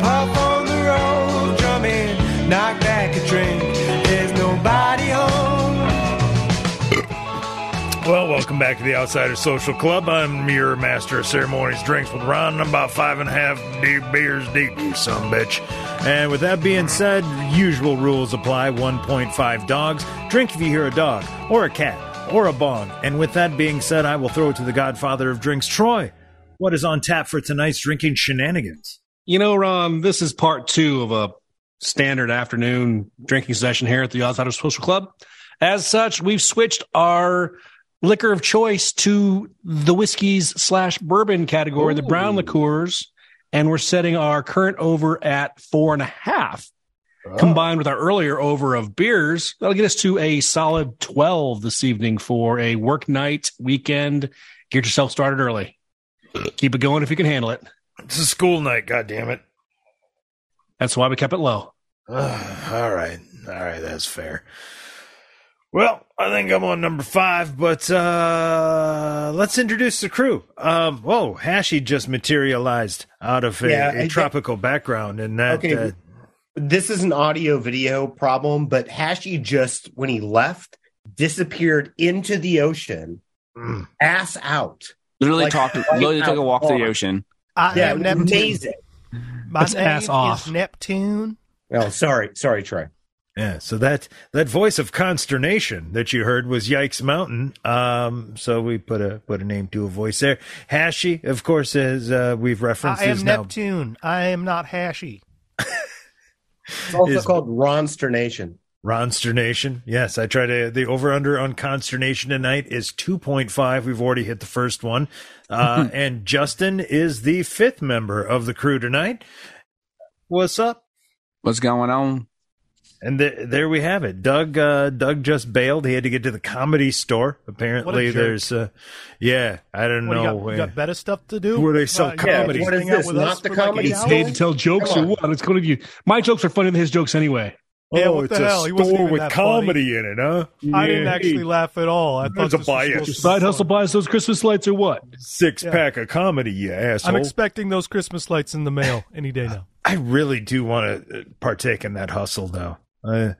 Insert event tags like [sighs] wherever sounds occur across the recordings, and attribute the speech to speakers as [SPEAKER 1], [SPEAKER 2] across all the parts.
[SPEAKER 1] Pop on the road, drumming. Knock back a drink. There's nobody home.
[SPEAKER 2] Well, welcome back to the Outsider Social Club. I'm your master of ceremonies, drinks with Ron. I'm about five and a half deep beers deep, you son bitch. And with that being said, usual rules apply 1.5 dogs. Drink if you hear a dog, or a cat, or a bong. And with that being said, I will throw it to the godfather of drinks, Troy. What is on tap for tonight's drinking shenanigans?
[SPEAKER 3] You know, Ron, this is part two of a standard afternoon drinking session here at the Outsider Social Club. As such, we've switched our liquor of choice to the whiskeys slash bourbon category, the brown liqueurs, and we're setting our current over at four and a half. Combined with our earlier over of beers, that'll get us to a solid 12 this evening for a work night weekend. Get yourself started early. Keep it going if you can handle it.
[SPEAKER 2] It's a school night, goddammit.
[SPEAKER 3] That's why we kept it low.
[SPEAKER 2] Ugh, [sighs] all right. All right. That's fair. Well, I think I'm on number five, but uh, let's introduce the crew. Um, whoa, Hashi just materialized out of a,
[SPEAKER 4] Yeah,
[SPEAKER 2] a
[SPEAKER 4] I think-
[SPEAKER 2] tropical background, and that
[SPEAKER 4] Okay.
[SPEAKER 2] uh,
[SPEAKER 4] This is an audio video problem, but Hashi just, when he left, disappeared into the ocean,
[SPEAKER 2] mm.
[SPEAKER 4] ass out.
[SPEAKER 5] Literally
[SPEAKER 4] Like,
[SPEAKER 5] talk,
[SPEAKER 4] right
[SPEAKER 5] literally took a
[SPEAKER 4] out
[SPEAKER 5] walk to the
[SPEAKER 4] front.
[SPEAKER 5] ocean.
[SPEAKER 6] I
[SPEAKER 4] Yeah,
[SPEAKER 6] am Neptune.
[SPEAKER 4] amazing.
[SPEAKER 6] My
[SPEAKER 3] Let's
[SPEAKER 6] name
[SPEAKER 3] ass off.
[SPEAKER 6] is Neptune.
[SPEAKER 4] Oh, sorry, sorry, Troy.
[SPEAKER 2] yeah. So that that voice of consternation that you heard was Yikes Mountain. Um, so we put a put a name to a voice there. Hashi, of course, as uh, we've referenced,
[SPEAKER 6] I am
[SPEAKER 2] is now
[SPEAKER 6] Neptune. I am not Hashy.
[SPEAKER 4] It's also
[SPEAKER 2] Is-
[SPEAKER 4] called Ronsternation.
[SPEAKER 2] Ronsternation. Yes, I try to. The over under on consternation tonight is 2.5. We've already hit the first one. Uh, and Justin is the fifth member of the crew tonight. What's up?
[SPEAKER 5] What's going on?
[SPEAKER 2] And th- there we have it. Doug uh, Doug just bailed. He had to get to the comedy store. Apparently,
[SPEAKER 6] jerk.
[SPEAKER 2] there's. Uh, yeah, I don't
[SPEAKER 6] What,
[SPEAKER 2] know.
[SPEAKER 6] you, got,
[SPEAKER 2] where-
[SPEAKER 6] you got better stuff to do?
[SPEAKER 2] Where they sell
[SPEAKER 6] yeah,
[SPEAKER 2] comedy.
[SPEAKER 6] you
[SPEAKER 4] What is
[SPEAKER 6] hang out
[SPEAKER 4] this,
[SPEAKER 6] with
[SPEAKER 4] not
[SPEAKER 6] us
[SPEAKER 4] the
[SPEAKER 6] for like
[SPEAKER 4] comedy
[SPEAKER 6] an
[SPEAKER 3] It's
[SPEAKER 6] hour?
[SPEAKER 4] hour?
[SPEAKER 3] paid to tell jokes
[SPEAKER 4] Come
[SPEAKER 3] or
[SPEAKER 4] on.
[SPEAKER 3] what? It's going to be my jokes are funnier than his jokes anyway.
[SPEAKER 2] oh,
[SPEAKER 6] Yeah, what
[SPEAKER 2] it's
[SPEAKER 6] the
[SPEAKER 2] a
[SPEAKER 6] hell? He wasn't
[SPEAKER 2] store
[SPEAKER 6] even
[SPEAKER 2] with
[SPEAKER 6] that
[SPEAKER 2] comedy in it, huh?
[SPEAKER 6] I didn't
[SPEAKER 2] Yeah.
[SPEAKER 6] actually laugh at all. I
[SPEAKER 2] There's
[SPEAKER 6] thought
[SPEAKER 2] a
[SPEAKER 6] this was
[SPEAKER 2] bias.
[SPEAKER 6] supposed to
[SPEAKER 3] Your
[SPEAKER 6] be
[SPEAKER 3] side hustle
[SPEAKER 6] funny.
[SPEAKER 3] buys those Christmas lights or what?
[SPEAKER 2] Six
[SPEAKER 6] Yeah.
[SPEAKER 2] pack of comedy, you asshole.
[SPEAKER 6] I'm expecting those Christmas lights in the mail any day now.
[SPEAKER 2] I really do want to partake in that hustle, though. Uh,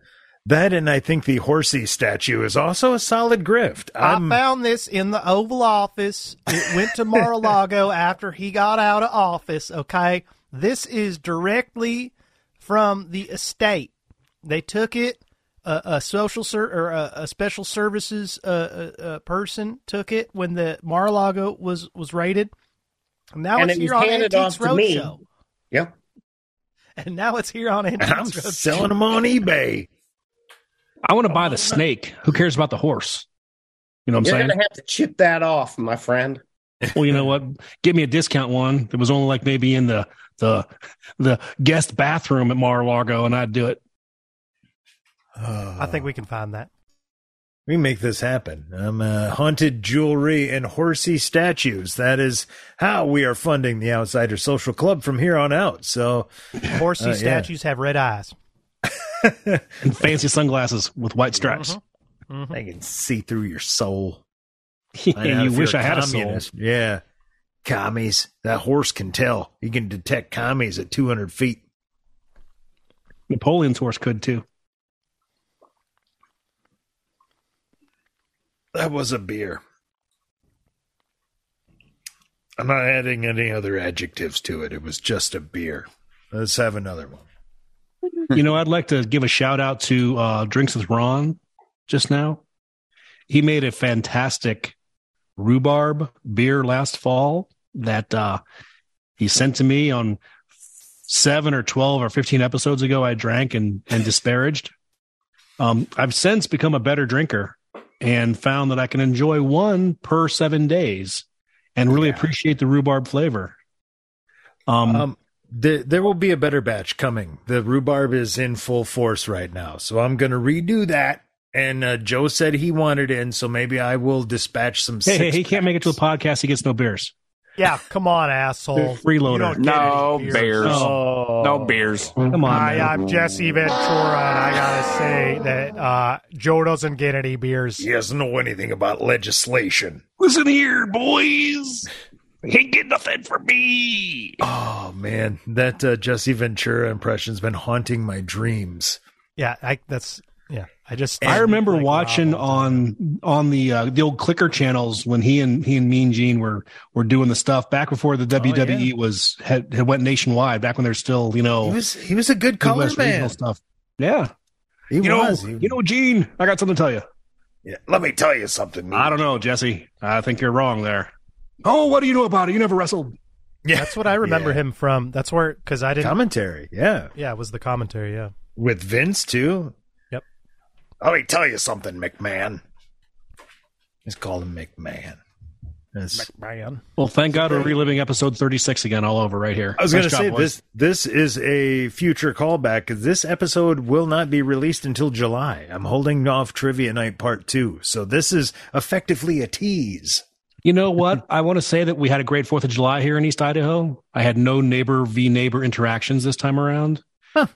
[SPEAKER 2] that and I think the horsey statue is also a solid grift. I'm,
[SPEAKER 6] I found this in the Oval Office. It
[SPEAKER 4] [laughs]
[SPEAKER 6] went to Mar-a-Lago after he got out of office. Okay, this is directly from the estate. They took it. A, a social ser- or a, a special services uh, uh, uh, person took it when the Mar-a-Lago was was raided. And now
[SPEAKER 4] And
[SPEAKER 6] it's
[SPEAKER 4] it
[SPEAKER 6] here
[SPEAKER 4] was
[SPEAKER 6] on
[SPEAKER 4] handed
[SPEAKER 6] Antiques
[SPEAKER 4] off to me.
[SPEAKER 6] Roadshow.
[SPEAKER 4] Yep.
[SPEAKER 6] And now it's here on
[SPEAKER 2] [laughs]
[SPEAKER 6] Antiques
[SPEAKER 2] I'm
[SPEAKER 6] Roadshow.
[SPEAKER 2] selling them
[SPEAKER 3] [sighs]
[SPEAKER 2] on eBay.
[SPEAKER 3] I want to buy the snake. Who cares about the horse? You know what I'm
[SPEAKER 4] You're
[SPEAKER 3] saying?
[SPEAKER 4] gonna have to chip that off, my friend.
[SPEAKER 3] well, you know what? Give me a discount one. It was only like maybe in the the the guest bathroom at Mar-a-Lago, and I'd do it.
[SPEAKER 6] I think we can
[SPEAKER 4] [laughs]
[SPEAKER 6] find that.
[SPEAKER 2] we make this happen. I'm uh, haunted jewelry and horsey statues. That is how we are funding the Outsider Social Club from here on out. So
[SPEAKER 6] Horsey
[SPEAKER 2] Uh, yeah.
[SPEAKER 6] statues have red eyes.
[SPEAKER 3] And fancy sunglasses with white stripes.
[SPEAKER 6] Mm-hmm.
[SPEAKER 2] I can see through
[SPEAKER 3] [laughs]
[SPEAKER 2] your soul. I know
[SPEAKER 3] Yeah, you
[SPEAKER 2] if
[SPEAKER 3] wish
[SPEAKER 2] you're
[SPEAKER 3] Mm-hmm. I had
[SPEAKER 2] communist. Yeah, commies. That horse can tell. You can detect commies at 200 feet.
[SPEAKER 3] a soul. Napoleon's horse could too.
[SPEAKER 2] That was a beer. I'm not adding any other adjectives to it. It was just a beer. Let's have another one. Hmm.
[SPEAKER 3] you know, I'd like to give a shout out to uh, Drinks with Ron just now. He made a fantastic rhubarb beer last fall that uh, he sent to me on seven or 12 or 15 episodes ago. I drank and, and disparaged. Um, I've since become a better drinker and found that I can enjoy one per seven days and really appreciate the rhubarb flavor. um,
[SPEAKER 2] Um, there, there will be a better batch coming. The rhubarb is in full force right now, so I'm going to redo that and uh, Joe said he wanted in, so maybe I will dispatch some.
[SPEAKER 3] Hey, hey,
[SPEAKER 2] six
[SPEAKER 3] he can't make it to a
[SPEAKER 2] packs.
[SPEAKER 3] podcast. He gets no beers.
[SPEAKER 6] Yeah, come on, asshole.
[SPEAKER 3] Freeloader.
[SPEAKER 6] You don't get
[SPEAKER 5] No
[SPEAKER 6] any
[SPEAKER 5] bears.
[SPEAKER 3] Oh.
[SPEAKER 5] No beers.
[SPEAKER 3] Come on,
[SPEAKER 6] Hi,
[SPEAKER 3] man.
[SPEAKER 6] I'm Jesse Ventura, and I gotta say that uh, Joe doesn't get any beers.
[SPEAKER 2] He doesn't know anything about legislation.
[SPEAKER 3] Listen here, boys. He get nothing for me.
[SPEAKER 2] Oh man, that uh, Jesse Ventura impression's been haunting my dreams.
[SPEAKER 6] Yeah, I, that's yeah. I just
[SPEAKER 3] I remember
[SPEAKER 6] like,
[SPEAKER 3] watching
[SPEAKER 6] wow.
[SPEAKER 3] on on the uh, the old clicker channels when he and he and Mean Gene were were doing the stuff back before the
[SPEAKER 2] Oh,
[SPEAKER 3] WWE was had, had went nationwide. Back when there's still you
[SPEAKER 2] He
[SPEAKER 3] know
[SPEAKER 2] was he was a good color
[SPEAKER 3] Midwest regional
[SPEAKER 2] man.
[SPEAKER 3] stuff. Yeah,
[SPEAKER 2] He
[SPEAKER 3] you
[SPEAKER 2] was.
[SPEAKER 3] know,
[SPEAKER 2] He-
[SPEAKER 3] you know, Gene, I got something to tell you.
[SPEAKER 2] Yeah, let me tell you something.
[SPEAKER 3] I don't know, Jesse. I think you're wrong there. Oh, what do you know about it? You never wrestled.
[SPEAKER 2] Yeah,
[SPEAKER 6] That's what I remember him from. That's where because I didn't.
[SPEAKER 2] commentary. Yeah,
[SPEAKER 6] yeah, it was the commentary. Yeah,
[SPEAKER 2] with Vince too.
[SPEAKER 6] Yep.
[SPEAKER 2] Let me tell you something, McMahon. Let's call him McMahon. That's-
[SPEAKER 6] Brian.
[SPEAKER 3] Well, thank God we're reliving episode 36 again all over right here.
[SPEAKER 2] I was going to
[SPEAKER 3] Nice job,
[SPEAKER 2] say
[SPEAKER 3] boys.
[SPEAKER 2] this. This is a future callback 'cause this episode will not be released until July. I'm holding off Trivia Night Part Two, so this is effectively a tease.
[SPEAKER 3] You know what? I want to say that we had a great Fourth of July here in East Idaho. I had no neighbor v neighbor interactions this time around.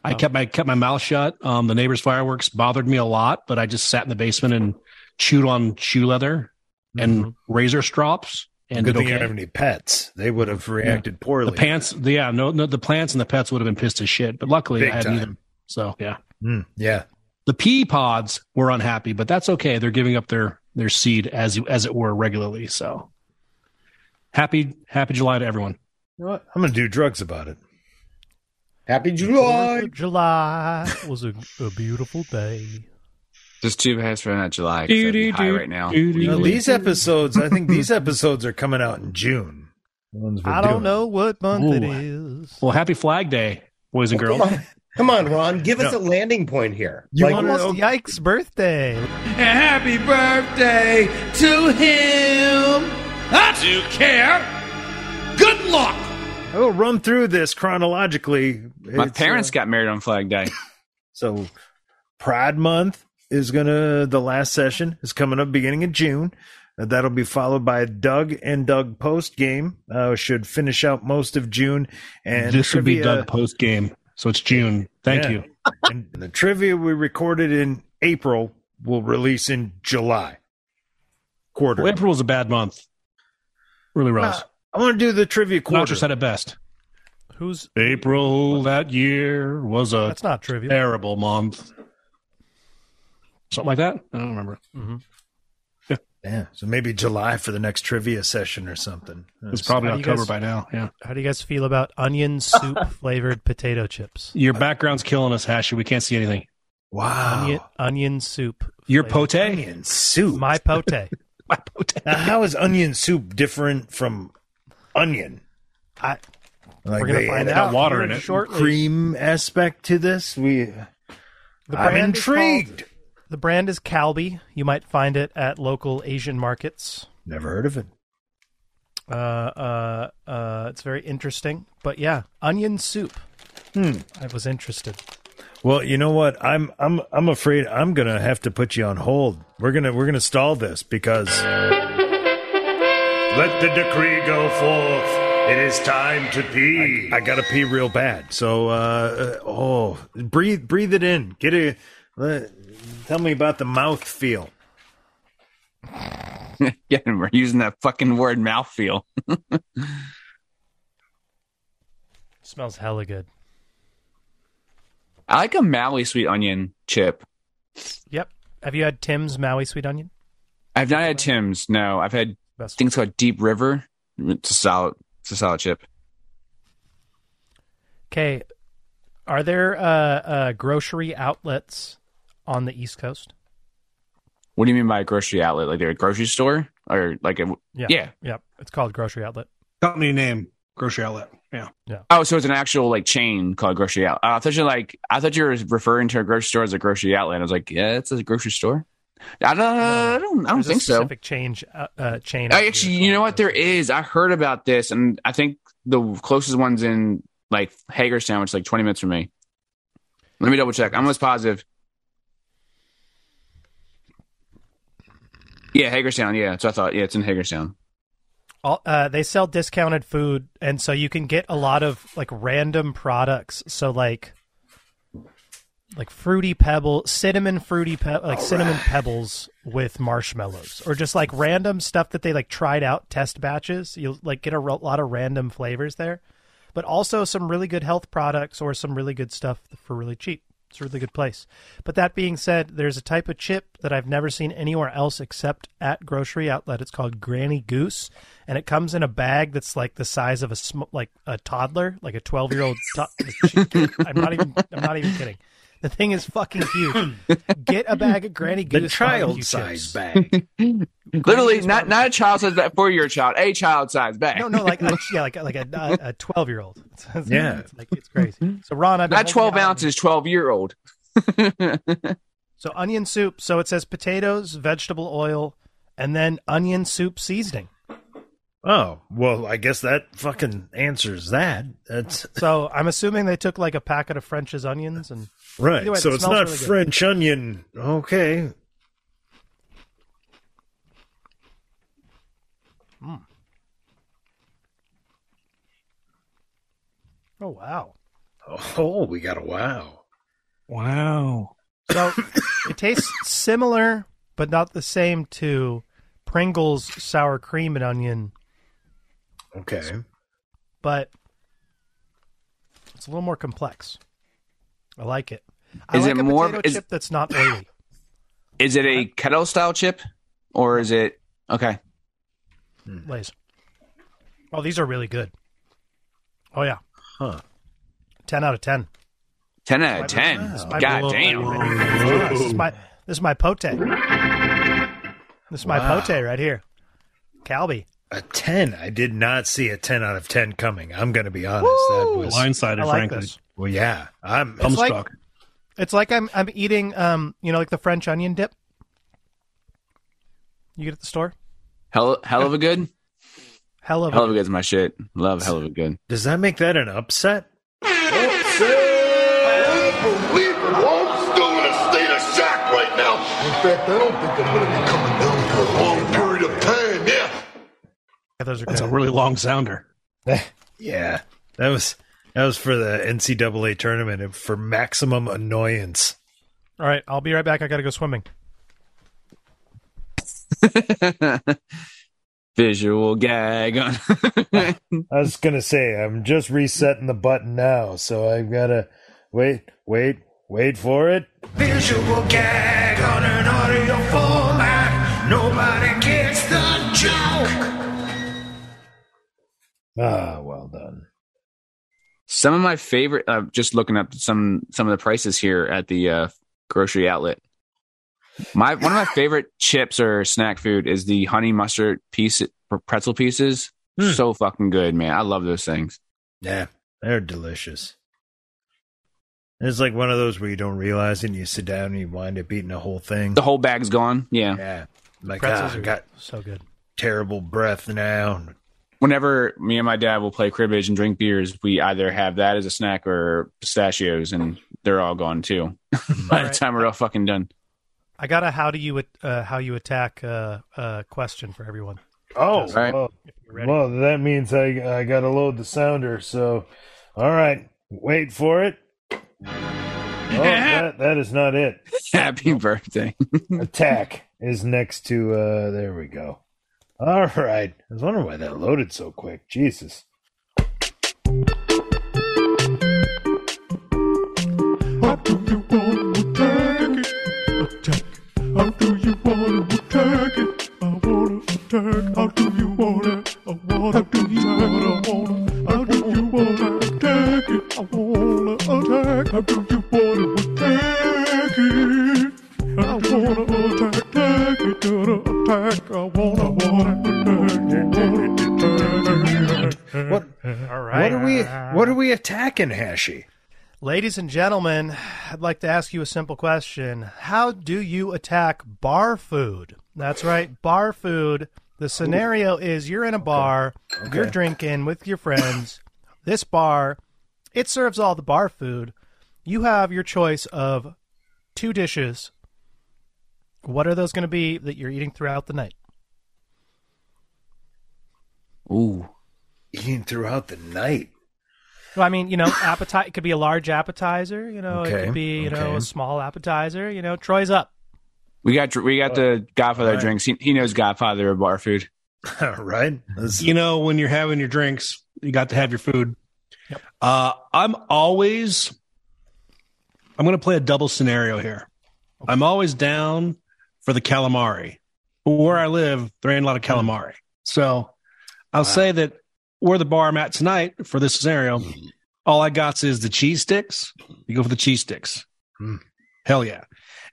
[SPEAKER 3] I kept my kept my mouth shut. Um, the neighbor's fireworks bothered me a lot, but I just sat in the basement and chewed on shoe leather and razor strops and
[SPEAKER 2] Good
[SPEAKER 3] did
[SPEAKER 2] thing you
[SPEAKER 3] okay.
[SPEAKER 2] don't have any pets; they would have reacted
[SPEAKER 3] the
[SPEAKER 2] poorly.
[SPEAKER 3] pants, the, yeah, no, no, the plants and the pets would have been pissed as shit. But luckily,
[SPEAKER 2] Big
[SPEAKER 3] I had
[SPEAKER 2] time.
[SPEAKER 3] neither. So yeah,
[SPEAKER 2] Mm, yeah,
[SPEAKER 3] the pea pods were unhappy, but that's okay. They're giving up their their seed as as it were regularly. So happy happy July to everyone.
[SPEAKER 2] You know what? I'm going to do drugs about it.
[SPEAKER 4] Happy
[SPEAKER 6] Fourth
[SPEAKER 4] July.
[SPEAKER 6] of July was a, a beautiful day.
[SPEAKER 5] Just too bad for not July. 'cause I'd be high right now.
[SPEAKER 3] You
[SPEAKER 2] You know,
[SPEAKER 3] know,
[SPEAKER 2] these episodes, I think these episodes are coming out in June. The ones we're
[SPEAKER 6] I don't
[SPEAKER 2] doing.
[SPEAKER 6] know what month it
[SPEAKER 3] Ooh.
[SPEAKER 6] is.
[SPEAKER 3] Well, happy Flag Day, boys and girls.
[SPEAKER 4] Come on, come on, Ron. Give us
[SPEAKER 2] No.
[SPEAKER 4] a landing point here.
[SPEAKER 2] You
[SPEAKER 4] like,
[SPEAKER 2] wanna-
[SPEAKER 6] Almost yikes birthday.
[SPEAKER 1] And happy birthday to him. I do care. Good luck.
[SPEAKER 2] I will run through this chronologically.
[SPEAKER 5] My
[SPEAKER 2] It's,
[SPEAKER 5] parents
[SPEAKER 2] uh,
[SPEAKER 5] got married on Flag Day. [laughs]
[SPEAKER 2] so Pride Month is gonna the last session is coming up beginning of June. Uh, that'll be followed by a Doug and Doug post game. Uh, should finish out most of June. And
[SPEAKER 3] this would be
[SPEAKER 2] trivia-
[SPEAKER 6] uh,
[SPEAKER 3] Doug post game, so it's June. Thank
[SPEAKER 2] Yeah.
[SPEAKER 3] you.
[SPEAKER 2] and the trivia we recorded in April will release in July quarter.
[SPEAKER 3] Well, April was a bad month. Really
[SPEAKER 2] Uh,
[SPEAKER 3] was.
[SPEAKER 2] I want to do the trivia quarter.
[SPEAKER 3] Notcher said it best.
[SPEAKER 6] Who's
[SPEAKER 3] April that year was a
[SPEAKER 6] that's not trivial.
[SPEAKER 3] terrible month. Something like that. I don't remember.
[SPEAKER 2] Yeah, so maybe July for the next trivia session or something.
[SPEAKER 3] It's probably
[SPEAKER 6] How do you
[SPEAKER 3] October
[SPEAKER 6] guys-
[SPEAKER 3] by now. Yeah.
[SPEAKER 6] How do you guys feel about onion soup flavored potato chips?
[SPEAKER 3] Your background's killing us, Hashi. We can't see anything.
[SPEAKER 2] wow.
[SPEAKER 6] Onion, onion soup.
[SPEAKER 3] Your
[SPEAKER 6] flavored-
[SPEAKER 3] pote?
[SPEAKER 2] Onion soup.
[SPEAKER 6] My pote.
[SPEAKER 3] My pote.
[SPEAKER 2] now, how is onion soup different from onion?
[SPEAKER 6] I,
[SPEAKER 2] Like
[SPEAKER 6] We're gonna
[SPEAKER 2] they
[SPEAKER 6] find
[SPEAKER 2] added
[SPEAKER 6] out
[SPEAKER 3] got water
[SPEAKER 6] here
[SPEAKER 3] in it.
[SPEAKER 6] Shortly.
[SPEAKER 2] Cream aspect to this? We.
[SPEAKER 6] The
[SPEAKER 2] I'm
[SPEAKER 6] brand is called-
[SPEAKER 2] intrigued.
[SPEAKER 6] the brand is Calbee. You might find it at local Asian markets.
[SPEAKER 2] Never heard of it.
[SPEAKER 6] Uh, uh, uh, it's very interesting. But yeah, onion soup. Hmm. I was interested.
[SPEAKER 2] Well, you know what? I'm I'm I'm afraid I'm gonna have to put you on hold. We're gonna we're gonna stall this because let the decree go forth. It is time to pee. I, I gotta pee real bad. So, uh, uh, oh, breathe breathe it in. Get a. let- tell me about the mouth feel.
[SPEAKER 5] yeah, and we're using that fucking word mouthfeel.
[SPEAKER 6] Smells hella good.
[SPEAKER 5] I like a Maui sweet onion chip.
[SPEAKER 6] Yep. Have you had Tim's Maui sweet onion?
[SPEAKER 5] I've not had Tim's. No, I've had
[SPEAKER 6] Best.
[SPEAKER 5] things called Deep River. It's a solid. It's a solid chip.
[SPEAKER 6] Okay. Are there uh, uh, grocery outlets on the East Coast?
[SPEAKER 5] What do you mean by a grocery outlet? Like they're a grocery store or like a yeah.
[SPEAKER 6] Yep. It's called grocery outlet.
[SPEAKER 3] Company name, grocery outlet. Yeah.
[SPEAKER 5] Oh, so it's an actual like chain called grocery outlet. Uh, I thought you were like I thought you were referring to a grocery store as a grocery outlet. I was like, yeah, it's a grocery store. I don't. I don't. I don't
[SPEAKER 6] There's
[SPEAKER 5] think
[SPEAKER 6] a
[SPEAKER 5] so.
[SPEAKER 6] specific change uh, uh, chain. out
[SPEAKER 5] I
[SPEAKER 6] here
[SPEAKER 5] actually,
[SPEAKER 6] called
[SPEAKER 5] you know what? There
[SPEAKER 6] grocery-
[SPEAKER 5] is. I heard about this, and I think the closest one's in like Hagerstown, which is like 20 minutes from me. Let me double check. I'm almost positive. Yeah, Hagerstown. Yeah, that's what I thought. Yeah, it's in Hagerstown.
[SPEAKER 6] All, uh, they sell discounted food, and so you can get a lot of like random products. So like, like fruity pebble, cinnamon fruity pe- like cinnamon pebbles with marshmallows, or just like random stuff that they like tried out test batches. You'll like get a ro- lot of random flavors there, but also some really good health products or some really good stuff for really cheap. It's a really good place. But that being said, there's a type of chip that I've never seen anywhere else except at grocery outlet. It's called Granny Goose, and it comes in a bag that's like the size of a sm- like a toddler, like a 12 year old.
[SPEAKER 3] [laughs]
[SPEAKER 6] To- I'm not even. I'm not even kidding. The thing is fucking huge. Get a bag of Granny Goose.
[SPEAKER 3] The
[SPEAKER 6] barbecue
[SPEAKER 3] child size
[SPEAKER 6] chips.
[SPEAKER 3] bag.
[SPEAKER 5] Literally, not not a child size bag, four year child, a child size bag.
[SPEAKER 6] No,
[SPEAKER 3] [laughs]
[SPEAKER 6] no, like a, yeah, like a- like a- a a twelve year [laughs] old.
[SPEAKER 2] Yeah.
[SPEAKER 6] it's like it's crazy. So Ron, I've been
[SPEAKER 5] not
[SPEAKER 6] holding
[SPEAKER 5] twelve
[SPEAKER 6] out on-
[SPEAKER 5] ounces, twelve year old.
[SPEAKER 6] So onion soup. So it says potatoes, vegetable oil, and then onion soup seasoning.
[SPEAKER 2] Oh, well, I guess that fucking answers that. That's
[SPEAKER 6] So I'm assuming they took like a packet of French's onions and
[SPEAKER 2] right.
[SPEAKER 6] Either way,
[SPEAKER 2] so
[SPEAKER 6] it
[SPEAKER 2] it's
[SPEAKER 6] smells
[SPEAKER 2] not
[SPEAKER 6] really good.
[SPEAKER 2] French onion. Okay.
[SPEAKER 6] oh wow.
[SPEAKER 2] Oh, we got a wow.
[SPEAKER 3] Wow.
[SPEAKER 6] So it tastes similar but not the same to Pringles sour cream and onion,
[SPEAKER 2] Okay.
[SPEAKER 6] but it's a little more complex. I like it. I
[SPEAKER 5] Is
[SPEAKER 6] like
[SPEAKER 5] it
[SPEAKER 6] a
[SPEAKER 5] more-
[SPEAKER 6] potato
[SPEAKER 5] is-
[SPEAKER 6] chip that's not oily?
[SPEAKER 5] Is it a kettle style chip, or is it okay?
[SPEAKER 6] Lays. Oh, these are really good. Oh yeah.
[SPEAKER 2] Huh.
[SPEAKER 6] Ten out of ten.
[SPEAKER 5] Ten out of ten.
[SPEAKER 6] My
[SPEAKER 5] God
[SPEAKER 6] blow-
[SPEAKER 5] damn.
[SPEAKER 6] This is my this is my pote. This is my
[SPEAKER 2] Wow.
[SPEAKER 6] pote right here. Calby.
[SPEAKER 2] A 10. I did not see a 10 out of 10 coming. I'm going to be honest. That was
[SPEAKER 3] Blindsided,
[SPEAKER 6] I like
[SPEAKER 3] frankly.
[SPEAKER 6] this.
[SPEAKER 2] Well, yeah. I'm
[SPEAKER 3] Thumbstruck.
[SPEAKER 6] like- It's like I'm I'm eating um you know like the French onion dip. You get at the store.
[SPEAKER 5] Hell, hell of a good.
[SPEAKER 6] Hell of
[SPEAKER 5] Hell of a
[SPEAKER 6] a
[SPEAKER 5] good's my shit. Love hell of a good.
[SPEAKER 2] Does that make that an upset?
[SPEAKER 7] believe it. I'm still in a state of shock right now. In fact, I don't think I'm going to be coming down for a long period of time. Yeah.
[SPEAKER 6] yeah, those are
[SPEAKER 3] That's a
[SPEAKER 6] good.
[SPEAKER 3] really long sounder.
[SPEAKER 2] Yeah. That was that was for the NCAA tournament and for maximum annoyance.
[SPEAKER 6] All right, I'll be right back. I gotta go swimming.
[SPEAKER 5] [laughs] Visual gag on. [laughs]
[SPEAKER 2] I was going to say I'm just resetting the button now, so I've got to wait, wait, wait for it.
[SPEAKER 1] Visual gag on an audio format. Nobody gets the joke.
[SPEAKER 2] Ah, well done.
[SPEAKER 5] Some of my favorite. Uh, just looking up some some of the prices here at the uh, grocery outlet. My one of my favorite chips or snack food is the honey mustard piece pretzel pieces. So fucking good, man. I love those things.
[SPEAKER 2] Yeah, they're delicious. It's like one of those where you don't realize it and you sit down and you wind up eating the whole thing.
[SPEAKER 5] The whole bag's gone. Yeah.
[SPEAKER 2] Yeah. Like, ah,
[SPEAKER 6] Pretzels
[SPEAKER 2] I
[SPEAKER 6] are
[SPEAKER 2] got
[SPEAKER 6] so good.
[SPEAKER 2] terrible breath now.
[SPEAKER 5] Whenever me and my dad will play cribbage and drink beers, we either have that as a snack or pistachios, and they're all gone too. [laughs] By the
[SPEAKER 6] Alright.
[SPEAKER 5] time we're all fucking done.
[SPEAKER 6] I got a how do you at- uh, how you attack uh, uh, question for everyone.
[SPEAKER 2] Oh,
[SPEAKER 5] right.
[SPEAKER 2] well,
[SPEAKER 6] You're ready?
[SPEAKER 2] well, that means I, I got to load the sounder. So, all right, wait for it. Oh, that, that is not it.
[SPEAKER 5] Happy birthday.
[SPEAKER 2] Attack is next to, uh, there we go. All right. I was wondering why that loaded so quick. Jesus.
[SPEAKER 8] How do you want to attack it? Attack. How do you want to attack it? I wanna attack. How do you wanna? I wanna How do you attack. Wanna, I wanna. How do you wanna attack it? I wanna attack. How do you wanna attack it? I wanna attack, attack it, gonna attack. I wanna, wanna attack, wanna attack.
[SPEAKER 2] What,
[SPEAKER 6] All right.
[SPEAKER 2] what are we, what are we attacking, Hashi?
[SPEAKER 6] Ladies and gentlemen, I'd like to ask you a simple question. How do you attack bar food? That's right, bar food. The scenario is you're in a bar, you're drinking with your friends. this bar, it serves all the bar food. You have your choice of two dishes What are those going to be that you're eating throughout the night?
[SPEAKER 5] Ooh.
[SPEAKER 2] Eating throughout the night. [laughs]
[SPEAKER 6] Well, I mean, you know, appetite it could be a large appetizer. You know, it
[SPEAKER 2] Okay,
[SPEAKER 6] could be you know
[SPEAKER 2] okay.
[SPEAKER 6] a small appetizer. You know, Troy's up.
[SPEAKER 5] We got we got the Godfather drinks. He, he knows Godfather of bar food.
[SPEAKER 2] right? That's-
[SPEAKER 3] you know, when you're having your drinks, you got to have your food. Uh, I'm always, I'm going to play a double scenario here. I'm always down for the calamari. Where I live, there ain't a lot of calamari. So I'll say that where the bar I'm at tonight for this scenario, all I got is the cheese sticks. You go for the cheese sticks.
[SPEAKER 2] Hmm.
[SPEAKER 3] Hell yeah.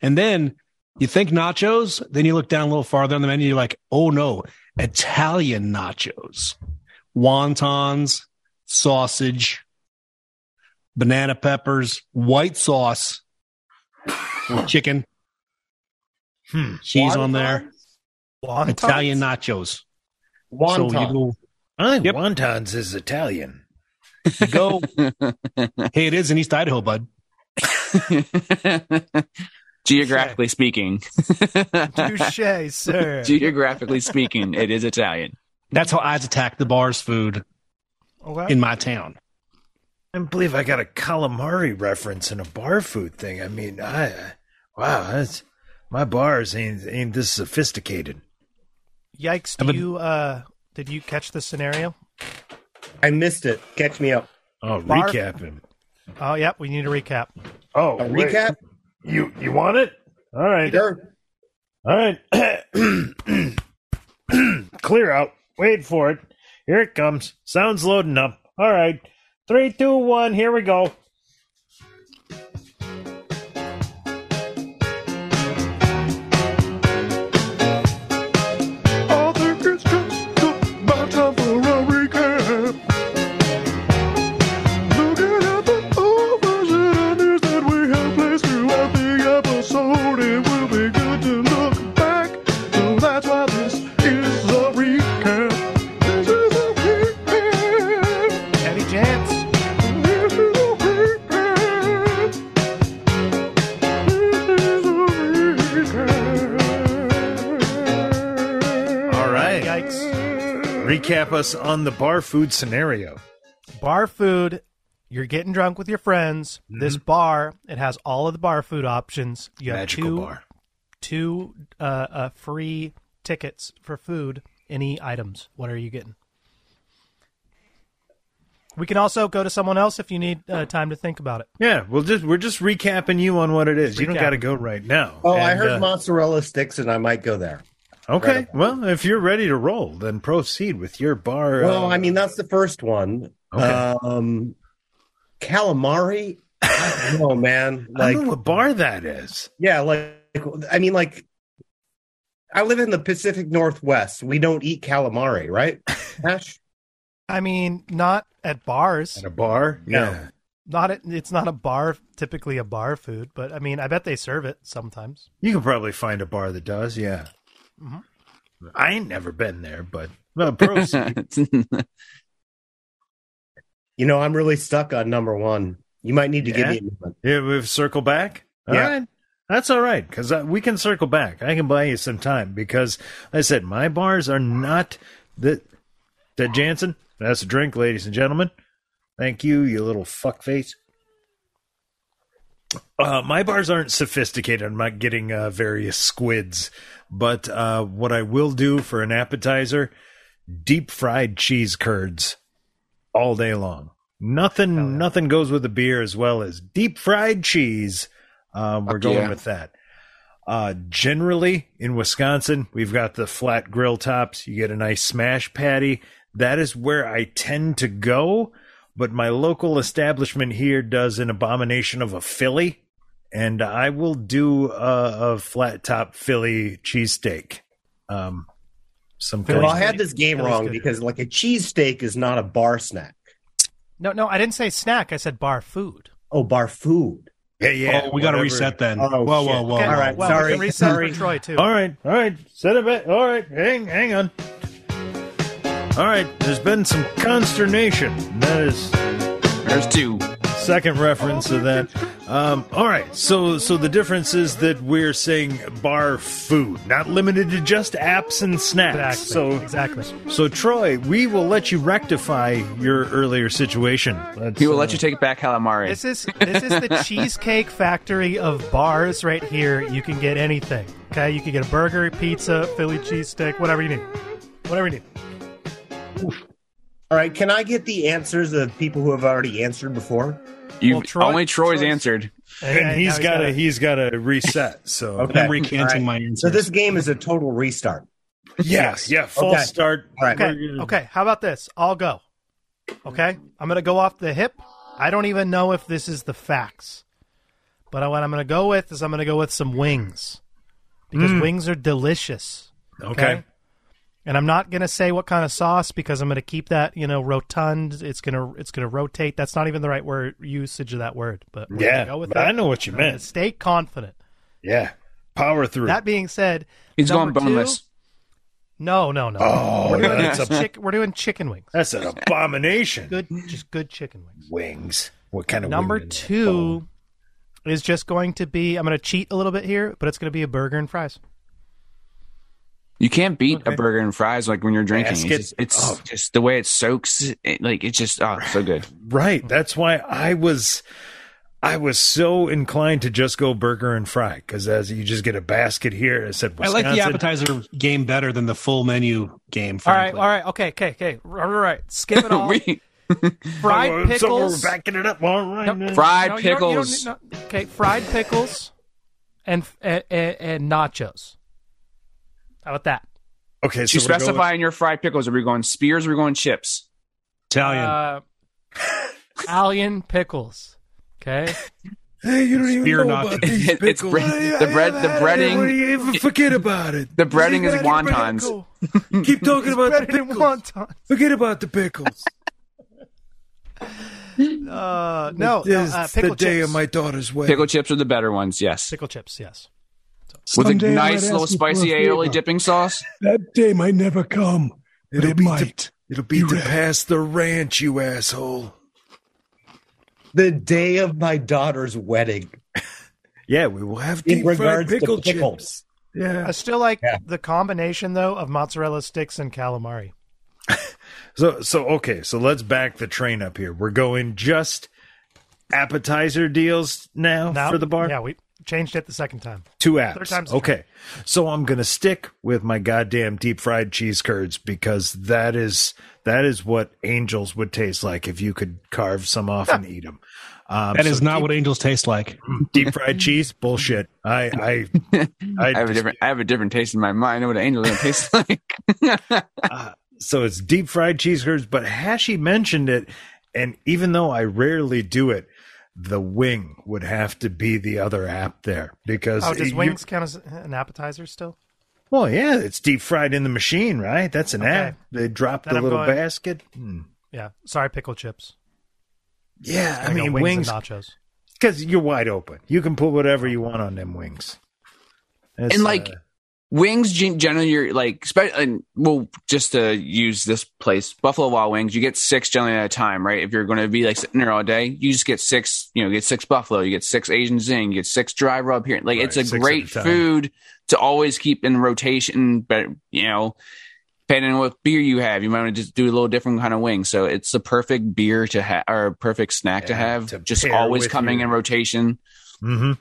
[SPEAKER 3] And then you think nachos, then you look down a little farther on the menu, you're like, oh no, Italian nachos, wontons, sausage, banana peppers, white sauce, chicken,
[SPEAKER 2] Hmm.
[SPEAKER 3] cheese on there,
[SPEAKER 6] Wontons?
[SPEAKER 3] Italian nachos.
[SPEAKER 4] Wonton.
[SPEAKER 3] So you go,
[SPEAKER 2] I think
[SPEAKER 3] Yep.
[SPEAKER 2] wontons is Italian.
[SPEAKER 3] you go. hey, it is in East Idaho, bud.
[SPEAKER 5] [laughs] Geographically speaking,
[SPEAKER 2] [laughs]
[SPEAKER 6] Touche, sir.
[SPEAKER 5] [laughs] geographically speaking, it is Italian. [laughs]
[SPEAKER 3] That's how I attack the bar's food
[SPEAKER 6] Okay.
[SPEAKER 3] in my town.
[SPEAKER 2] I can't believe I got a calamari reference in a bar food thing. I mean, I wow, that's my bars ain't ain't this sophisticated.
[SPEAKER 6] Yikes! Do
[SPEAKER 3] Evan-
[SPEAKER 6] you uh, did you catch the scenario?
[SPEAKER 4] I missed it. Catch me up.
[SPEAKER 2] Oh,
[SPEAKER 6] Bar-
[SPEAKER 2] recapping.
[SPEAKER 6] Oh, yep. We need a recap.
[SPEAKER 2] Oh,
[SPEAKER 4] A
[SPEAKER 2] wait.
[SPEAKER 4] recap?
[SPEAKER 2] You you want it? All right,
[SPEAKER 4] Sure.
[SPEAKER 2] all right. [clears throat] Clear out. Wait for it. Here it comes. Sounds loading up. All right, three, two, one. Here we go.
[SPEAKER 8] I think it's just about time for a recap. Looking at the old version and news that we have placed throughout the episode, it will be good to look back. So that's why this is a recap. This is a recap.
[SPEAKER 6] Heavy jams.
[SPEAKER 8] This is a recap. This is a recap.
[SPEAKER 2] All right.
[SPEAKER 6] Yikes!
[SPEAKER 2] Recap us on the bar food scenario.
[SPEAKER 6] Bar food. You're getting drunk with your friends.
[SPEAKER 2] Mm-hmm.
[SPEAKER 6] This bar it has all of the bar food options. You have
[SPEAKER 2] Magical
[SPEAKER 6] two
[SPEAKER 2] bar.
[SPEAKER 6] two uh, uh, free tickets for food. Any items? What are you getting? We can also go to someone else if you need uh, time to think about it.
[SPEAKER 2] Yeah, we'll just we're just recapping you on what it is. You don't
[SPEAKER 6] Recapping.
[SPEAKER 2] got to go right now.
[SPEAKER 4] Oh, I
[SPEAKER 2] And,
[SPEAKER 4] heard
[SPEAKER 2] uh,
[SPEAKER 4] mozzarella sticks, and I might go there.
[SPEAKER 2] Okay,
[SPEAKER 4] Right.
[SPEAKER 2] well, if you're ready to roll, then proceed with your bar.
[SPEAKER 4] Well,
[SPEAKER 2] uh,
[SPEAKER 4] I mean, that's the first one.
[SPEAKER 2] Okay.
[SPEAKER 4] Um, calamari. I don't know, man.
[SPEAKER 2] [laughs] I
[SPEAKER 4] Like,
[SPEAKER 2] don't know what bar that is.
[SPEAKER 4] yeah, like I mean, like I live in the Pacific Northwest. We don't eat calamari,
[SPEAKER 2] [laughs]
[SPEAKER 4] right? Ash?
[SPEAKER 6] I mean, not at bars.
[SPEAKER 2] At a bar?
[SPEAKER 4] No.
[SPEAKER 2] Yeah.
[SPEAKER 6] Not at, it's not a bar typically a bar food, but I mean, I bet they serve it sometimes.
[SPEAKER 2] You can probably find a bar that does, yeah.
[SPEAKER 6] Mhm.
[SPEAKER 2] I ain't never been there, but well, proceed.
[SPEAKER 4] You know, I'm really stuck on number one. You might need to
[SPEAKER 2] Yeah?
[SPEAKER 4] give me a moment.
[SPEAKER 2] yeah, we've circle back. All right,
[SPEAKER 4] Yeah.
[SPEAKER 2] That's all right, because we can circle back. I can buy you some time because like I said my bars are not the that Jansen. That's a drink, ladies and gentlemen. Thank you, you little fuckface. Uh, my bars aren't sophisticated. I'm not getting uh, various squids, but uh, what I will do for an appetizer: deep fried cheese curds all day long. Nothing, nothing goes with the beer as well as deep fried cheese. Um, we're
[SPEAKER 5] Fuck
[SPEAKER 2] going
[SPEAKER 5] yeah.
[SPEAKER 2] with that. Uh, generally in Wisconsin, we've got the flat grill tops. You get a nice smash patty. That is where I tend to go, but my local establishment here does an abomination of a Philly, and I will do a, a flat top Philly cheesesteak. Um, some
[SPEAKER 6] Philly
[SPEAKER 2] kind
[SPEAKER 4] Well, I
[SPEAKER 2] of,
[SPEAKER 4] had this game
[SPEAKER 6] That was
[SPEAKER 4] wrong
[SPEAKER 6] good.
[SPEAKER 4] because, like, a cheesesteak is not a bar snack.
[SPEAKER 6] No, no, I didn't say snack. I said bar food.
[SPEAKER 4] Oh, bar food.
[SPEAKER 2] yeah, yeah.
[SPEAKER 3] oh, we got to
[SPEAKER 2] whatever.
[SPEAKER 3] reset then.
[SPEAKER 4] Oh,
[SPEAKER 3] whoa,
[SPEAKER 4] shit.
[SPEAKER 3] whoa, whoa,
[SPEAKER 6] Okay,
[SPEAKER 4] all right,
[SPEAKER 6] well,
[SPEAKER 4] sorry,
[SPEAKER 6] We can reset
[SPEAKER 4] sorry.
[SPEAKER 6] for Troy too.
[SPEAKER 2] All right, all right. Set it back. All right, hang, hang on. All right, there's been some consternation. That is
[SPEAKER 5] There's two.
[SPEAKER 2] second reference of that. Um, all right, so so the difference is that we're saying bar food, not limited to just apps and snacks.
[SPEAKER 6] Exactly.
[SPEAKER 2] So
[SPEAKER 6] exactly.
[SPEAKER 2] so Troy, we will let you rectify your earlier situation. That's,
[SPEAKER 5] He will
[SPEAKER 2] uh,
[SPEAKER 5] let you take back calamari.
[SPEAKER 6] This is this is the cheesecake factory of bars right here. You can get anything. Okay, you can get a burger, pizza, Philly cheesesteak, whatever you need. Whatever you need.
[SPEAKER 4] All right, can I get the answers of people who have already answered before?
[SPEAKER 5] You've,
[SPEAKER 6] well, Troy-
[SPEAKER 5] only Troy's,
[SPEAKER 6] Troy's-
[SPEAKER 5] answered.
[SPEAKER 2] and
[SPEAKER 6] now
[SPEAKER 2] he's got
[SPEAKER 6] gotta-
[SPEAKER 2] to he's got to reset. [laughs] So
[SPEAKER 4] Okay.
[SPEAKER 3] I'm recanting
[SPEAKER 4] All
[SPEAKER 3] my answer.
[SPEAKER 4] So this game is a total restart.
[SPEAKER 2] yes, yeah, false
[SPEAKER 4] Okay.
[SPEAKER 2] start.
[SPEAKER 4] All right.
[SPEAKER 6] Okay. Okay. How about this? I'll go. Okay. I'm going to go off the hip. I don't even know if this is the facts, but what I'm going to go with is I'm going to go with some wings because
[SPEAKER 2] Mm.
[SPEAKER 6] wings are delicious.
[SPEAKER 2] Okay.
[SPEAKER 6] And I'm not going to say what kind of sauce because I'm going to keep that, you know, rotund. It's going to it's going to rotate. That's not even the right word usage of that word, but we're
[SPEAKER 2] Yeah,
[SPEAKER 6] gonna go with
[SPEAKER 2] but I
[SPEAKER 6] it.
[SPEAKER 2] know what you
[SPEAKER 6] I'm gonna
[SPEAKER 2] meant.
[SPEAKER 6] Stay confident.
[SPEAKER 2] Yeah, power through.
[SPEAKER 6] That being said,
[SPEAKER 5] He's
[SPEAKER 6] number
[SPEAKER 5] going boneless.
[SPEAKER 6] Two, no, no, no.
[SPEAKER 2] oh,
[SPEAKER 6] we're, doing
[SPEAKER 2] [laughs] that's a
[SPEAKER 6] chick- we're doing chicken wings.
[SPEAKER 2] that's an abomination.
[SPEAKER 6] Good, just good chicken wings.
[SPEAKER 2] Wings. What kind of
[SPEAKER 6] Number
[SPEAKER 2] wing is that?
[SPEAKER 6] two is just going to be. I'm going to cheat a little bit here, but it's going to be a burger and fries.
[SPEAKER 5] You can't beat a burger and fries like when you're drinking. It's,
[SPEAKER 2] Basket.
[SPEAKER 5] just, it's
[SPEAKER 2] Oh.
[SPEAKER 5] just the way it soaks. It, like it's just oh, so
[SPEAKER 6] [laughs]
[SPEAKER 5] good.
[SPEAKER 2] Right. That's why I was I was so inclined to just go burger and fry because as you just get a basket here, I said
[SPEAKER 3] I
[SPEAKER 2] Wisconsin.
[SPEAKER 3] like the appetizer game better than the full menu game.
[SPEAKER 6] All right,
[SPEAKER 3] Frankly.
[SPEAKER 6] all right, okay, okay, okay. All right, skip [laughs] it
[SPEAKER 5] [laughs]
[SPEAKER 6] all.
[SPEAKER 5] we
[SPEAKER 6] fried
[SPEAKER 2] oh, So we're
[SPEAKER 6] pickles.
[SPEAKER 2] backing it up. All right.
[SPEAKER 6] Nope.
[SPEAKER 5] fried
[SPEAKER 6] No, you don't- you don't
[SPEAKER 5] pickles.
[SPEAKER 6] need- no. okay, fried pickles and, and and nachos. How about that?
[SPEAKER 2] Okay.
[SPEAKER 5] Did you
[SPEAKER 2] so we're
[SPEAKER 5] specify in your fried pickles? Are we going spears? Or are we going chips?
[SPEAKER 3] Italian.
[SPEAKER 6] [laughs] Uh, Italian pickles. [laughs] Okay.
[SPEAKER 2] Going, hey, you don't even
[SPEAKER 3] Spear
[SPEAKER 2] know
[SPEAKER 3] knock.
[SPEAKER 2] about these
[SPEAKER 5] [laughs] It's
[SPEAKER 2] pickles.
[SPEAKER 5] bre-
[SPEAKER 2] I-
[SPEAKER 5] the
[SPEAKER 2] I
[SPEAKER 5] bread-
[SPEAKER 2] haven't
[SPEAKER 5] the
[SPEAKER 2] had it.
[SPEAKER 5] breading-
[SPEAKER 2] What do you even forget about it.
[SPEAKER 5] The breading is wontons.
[SPEAKER 2] You keep talking about the
[SPEAKER 6] Better than
[SPEAKER 2] pickles.
[SPEAKER 6] wontons.
[SPEAKER 2] Forget about the pickles.
[SPEAKER 6] [laughs] Uh, no, no
[SPEAKER 2] This
[SPEAKER 6] uh,
[SPEAKER 2] is
[SPEAKER 6] pickle
[SPEAKER 2] the day
[SPEAKER 6] chips.
[SPEAKER 2] of my daughter's wedding.
[SPEAKER 5] Pickle chips are the better ones. Yes,
[SPEAKER 6] pickle chips. Yes.
[SPEAKER 5] with a
[SPEAKER 8] Someday I might
[SPEAKER 5] nice
[SPEAKER 8] ask
[SPEAKER 5] little
[SPEAKER 8] you for a
[SPEAKER 5] spicy aioli
[SPEAKER 8] favor.
[SPEAKER 5] dipping sauce.
[SPEAKER 8] That day might never come, but
[SPEAKER 2] It'll
[SPEAKER 8] it
[SPEAKER 2] be to-
[SPEAKER 8] might.
[SPEAKER 2] It'll be to pass the ranch, you asshole.
[SPEAKER 4] The day of my daughter's wedding
[SPEAKER 2] Yeah, we will have
[SPEAKER 4] in
[SPEAKER 2] deep fried
[SPEAKER 4] regards
[SPEAKER 2] pickle
[SPEAKER 4] to pickles.
[SPEAKER 2] chips. Yeah.
[SPEAKER 6] I still like
[SPEAKER 4] Yeah.
[SPEAKER 6] the combination though of mozzarella sticks and calamari.
[SPEAKER 2] So so okay, so let's back the train up here. We're going just appetizer deals now,
[SPEAKER 6] Now-
[SPEAKER 2] for the bar.
[SPEAKER 6] yeah, we changed it the second time.
[SPEAKER 2] Two apps.
[SPEAKER 6] Third time's the
[SPEAKER 2] okay. So I'm going to stick with my goddamn deep fried cheese curds because that is that is what angels would taste like if you could carve some off and eat them. Um,
[SPEAKER 3] that is not what angels taste like.
[SPEAKER 2] deep fried cheese bullshit. I
[SPEAKER 5] [laughs]
[SPEAKER 2] I I,
[SPEAKER 5] I have a different. I have a different taste in my mind. I know what an
[SPEAKER 8] [laughs]
[SPEAKER 5] angel tastes like.
[SPEAKER 2] so it's deep fried cheese curds, but Hashi mentioned it, and even though I rarely do it, the wing would have to be the other app there because
[SPEAKER 6] Oh, does
[SPEAKER 2] you-
[SPEAKER 6] wings count as an appetizer still?
[SPEAKER 2] well, yeah, it's deep fried in the machine, right? That's an
[SPEAKER 6] Okay.
[SPEAKER 2] app. They drop
[SPEAKER 6] Then
[SPEAKER 2] the
[SPEAKER 6] I'm
[SPEAKER 2] little
[SPEAKER 6] going-
[SPEAKER 2] basket. Hmm.
[SPEAKER 6] Yeah. Sorry, pickle chips.
[SPEAKER 2] Yeah, I
[SPEAKER 6] Gotta go
[SPEAKER 2] mean
[SPEAKER 6] wings,
[SPEAKER 2] wings
[SPEAKER 6] and nachos.
[SPEAKER 2] because you're wide open. You can put whatever you want on them wings. It's,
[SPEAKER 5] and like
[SPEAKER 2] uh,
[SPEAKER 5] wings gen- generally you're like spe- and well just to use this place buffalo wild wings you get six generally at a time right if you're going to be like sitting there all day you just get six you know get six buffalo you get six asian zing you get six dry rub here like it's
[SPEAKER 2] Right,
[SPEAKER 5] a
[SPEAKER 2] six
[SPEAKER 5] great
[SPEAKER 2] at a time.
[SPEAKER 5] food to always keep in rotation but you know depending on what beer you have you might want to just do a little different kind of wing so it's the perfect beer to have or a perfect snack to
[SPEAKER 2] Yeah,
[SPEAKER 5] have
[SPEAKER 2] to
[SPEAKER 5] just
[SPEAKER 2] pair
[SPEAKER 5] always
[SPEAKER 2] with
[SPEAKER 5] coming
[SPEAKER 2] your-
[SPEAKER 5] in rotation
[SPEAKER 2] Mm-hmm.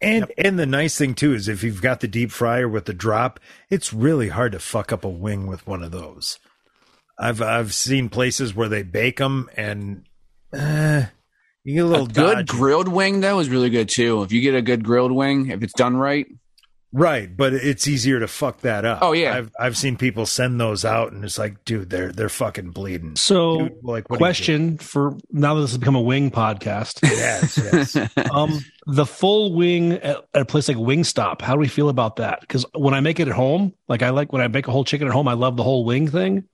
[SPEAKER 2] And and the nice thing too is if you've got the deep fryer with the drop, it's really hard to fuck up a wing with one of those. I've I've seen places where they bake them and uh, you get a
[SPEAKER 5] a
[SPEAKER 2] little
[SPEAKER 5] good
[SPEAKER 2] dodgy.
[SPEAKER 5] grilled wing though is really good too if you get a good grilled wing if it's done right
[SPEAKER 2] right, but it's easier to fuck that up.
[SPEAKER 5] Oh, yeah.
[SPEAKER 2] I've I've seen people send those out and it's like, dude, they're they're fucking bleeding.
[SPEAKER 3] So,
[SPEAKER 2] Dude, like, what do you
[SPEAKER 3] question for now that this has become a wing podcast.
[SPEAKER 2] [laughs] Yes,
[SPEAKER 5] [laughs]
[SPEAKER 2] yes.
[SPEAKER 3] um, the full wing at, at a place like Wingstop. How do we feel about that? Because when I make it at home, like I like when I make a whole chicken at home, I love the whole wing thing.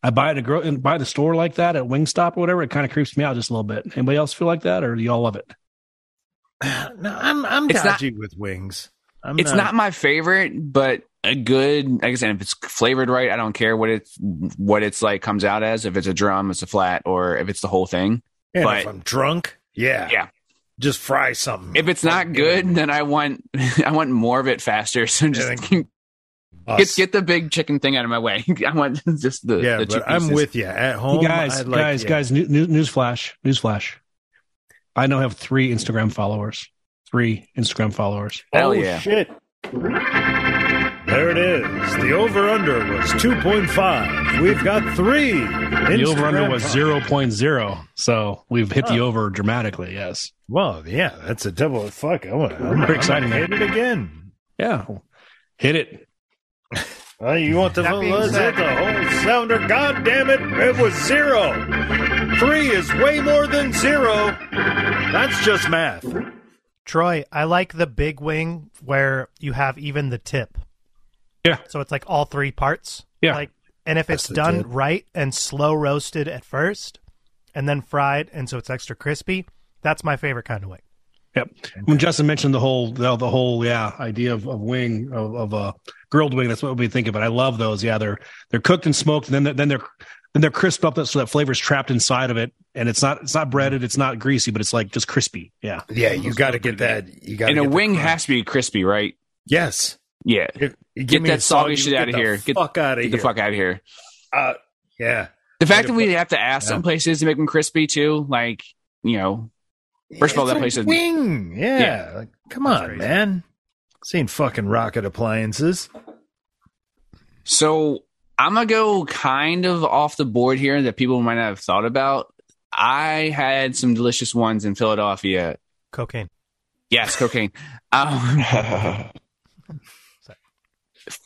[SPEAKER 3] I buy it at gro- and buy the store like that at Wingstop or whatever. It kind of creeps me out just a little bit. Anybody else feel like that, or do y'all love it?
[SPEAKER 2] no, I'm I'm
[SPEAKER 5] It's not-
[SPEAKER 2] dodgy with wings. I'm
[SPEAKER 5] it's not my favorite, but a good, like I said, if it's flavored right, I don't care what it's what it's like comes out as. If it's a drum, it's a flat, or if it's the whole thing.
[SPEAKER 2] and
[SPEAKER 5] but-
[SPEAKER 2] if I'm drunk. Yeah.
[SPEAKER 5] Yeah.
[SPEAKER 2] just fry something.
[SPEAKER 5] If it's not good, then I want [laughs] I want more of it faster. [laughs] So just get,
[SPEAKER 2] Us.
[SPEAKER 5] get the big chicken thing out of my way. [laughs] I want just the
[SPEAKER 2] yeah,
[SPEAKER 5] the two
[SPEAKER 2] but I'm
[SPEAKER 5] pieces.
[SPEAKER 2] with you at
[SPEAKER 3] Hey,
[SPEAKER 2] home.
[SPEAKER 3] guys,
[SPEAKER 2] I'd like-
[SPEAKER 3] guys,
[SPEAKER 2] yeah.
[SPEAKER 3] guys, new, new, news flash, news flash. I now have three Instagram followers. Three Instagram followers.
[SPEAKER 5] Hell
[SPEAKER 2] oh
[SPEAKER 5] yeah.
[SPEAKER 2] shit! There it is. The over under was 2.5. We've got three.
[SPEAKER 3] The over under
[SPEAKER 2] Instagram
[SPEAKER 3] was
[SPEAKER 2] pop-
[SPEAKER 3] 0.0. So we've hit the over dramatically. Yes.
[SPEAKER 2] Well, yeah, that's a double. Fuck, I want. I'm,
[SPEAKER 3] Pretty
[SPEAKER 2] I'm
[SPEAKER 3] exciting,
[SPEAKER 2] gonna Hit it again.
[SPEAKER 3] Yeah. Hit it.
[SPEAKER 2] Uh, you want the
[SPEAKER 6] That
[SPEAKER 2] full
[SPEAKER 6] being
[SPEAKER 2] was
[SPEAKER 6] said-
[SPEAKER 2] it the whole sounder? God damn it! It was zero. Three is way more than zero. That's just math.
[SPEAKER 6] Troy, I like the big wing where you have even the tip.
[SPEAKER 3] Yeah.
[SPEAKER 6] So it's like all three parts.
[SPEAKER 3] Yeah.
[SPEAKER 6] Like, and if it's done right and slow roasted at first, and then fried, and so it's extra crispy. That's my favorite kind of wing.
[SPEAKER 3] Yep. When Justin mentioned the whole, the, the whole, yeah, idea of, of wing of, of a grilled wing, that's what we think of. And I love those. Yeah, they're they're cooked and smoked, and then they're, then they're then they're crisped up so that flavor's trapped inside of it, and it's not it's not breaded, it's not greasy, but it's like just crispy. Yeah.
[SPEAKER 2] Yeah, you got to get that. You got
[SPEAKER 5] And a wing has to be crispy, right?
[SPEAKER 2] Yes.
[SPEAKER 5] Yeah.
[SPEAKER 2] If-
[SPEAKER 5] Get
[SPEAKER 2] me
[SPEAKER 5] that
[SPEAKER 2] a
[SPEAKER 5] soggy shit
[SPEAKER 2] get
[SPEAKER 5] out of
[SPEAKER 2] the
[SPEAKER 5] here. Get-
[SPEAKER 2] fuck out of
[SPEAKER 5] Get
[SPEAKER 2] here.
[SPEAKER 5] the fuck out of here.
[SPEAKER 2] Uh, yeah.
[SPEAKER 5] The fact
[SPEAKER 2] to
[SPEAKER 5] that we
[SPEAKER 2] put-
[SPEAKER 5] have to ask some places to make them crispy too, like you know, first of all,
[SPEAKER 2] It's
[SPEAKER 5] that
[SPEAKER 2] a
[SPEAKER 5] place is
[SPEAKER 2] wing. Yeah.
[SPEAKER 5] Yeah.
[SPEAKER 2] Like, come on, man. This ain't fucking rocket appliances.
[SPEAKER 5] So I'm gonna go kind of off the board here that people might not have thought about. I had some delicious ones in Philadelphia.
[SPEAKER 6] Cocaine.
[SPEAKER 5] Yes, cocaine. [laughs] Um,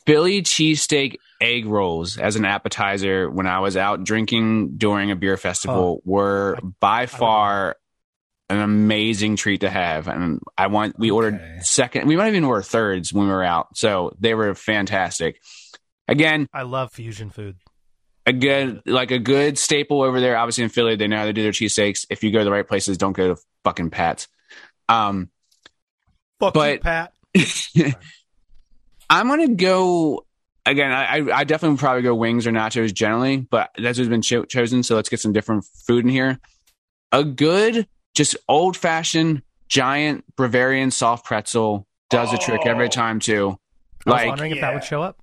[SPEAKER 5] Philly cheesesteak egg rolls as an appetizer when I was out drinking during a beer festival were by far an amazing treat to have. And I want, we
[SPEAKER 2] Okay.
[SPEAKER 5] ordered second, we might even order thirds when we were out. So they were fantastic. Again,
[SPEAKER 6] I love fusion food.
[SPEAKER 5] a good, like a good staple over there. Obviously in Philly, they know how to do their cheesesteaks. If you go to the right places, don't go to fucking Pat's. Um,
[SPEAKER 6] Fuck you,
[SPEAKER 5] But-
[SPEAKER 6] Pat.
[SPEAKER 5] I'm gonna go again. I I- I definitely would probably go wings or nachos generally, but that's what's been cho- chosen. So let's get some different food in here. A good, just old fashioned giant Bavarian soft pretzel does a trick every time too.
[SPEAKER 6] I was
[SPEAKER 5] Like
[SPEAKER 6] wondering if that would show up.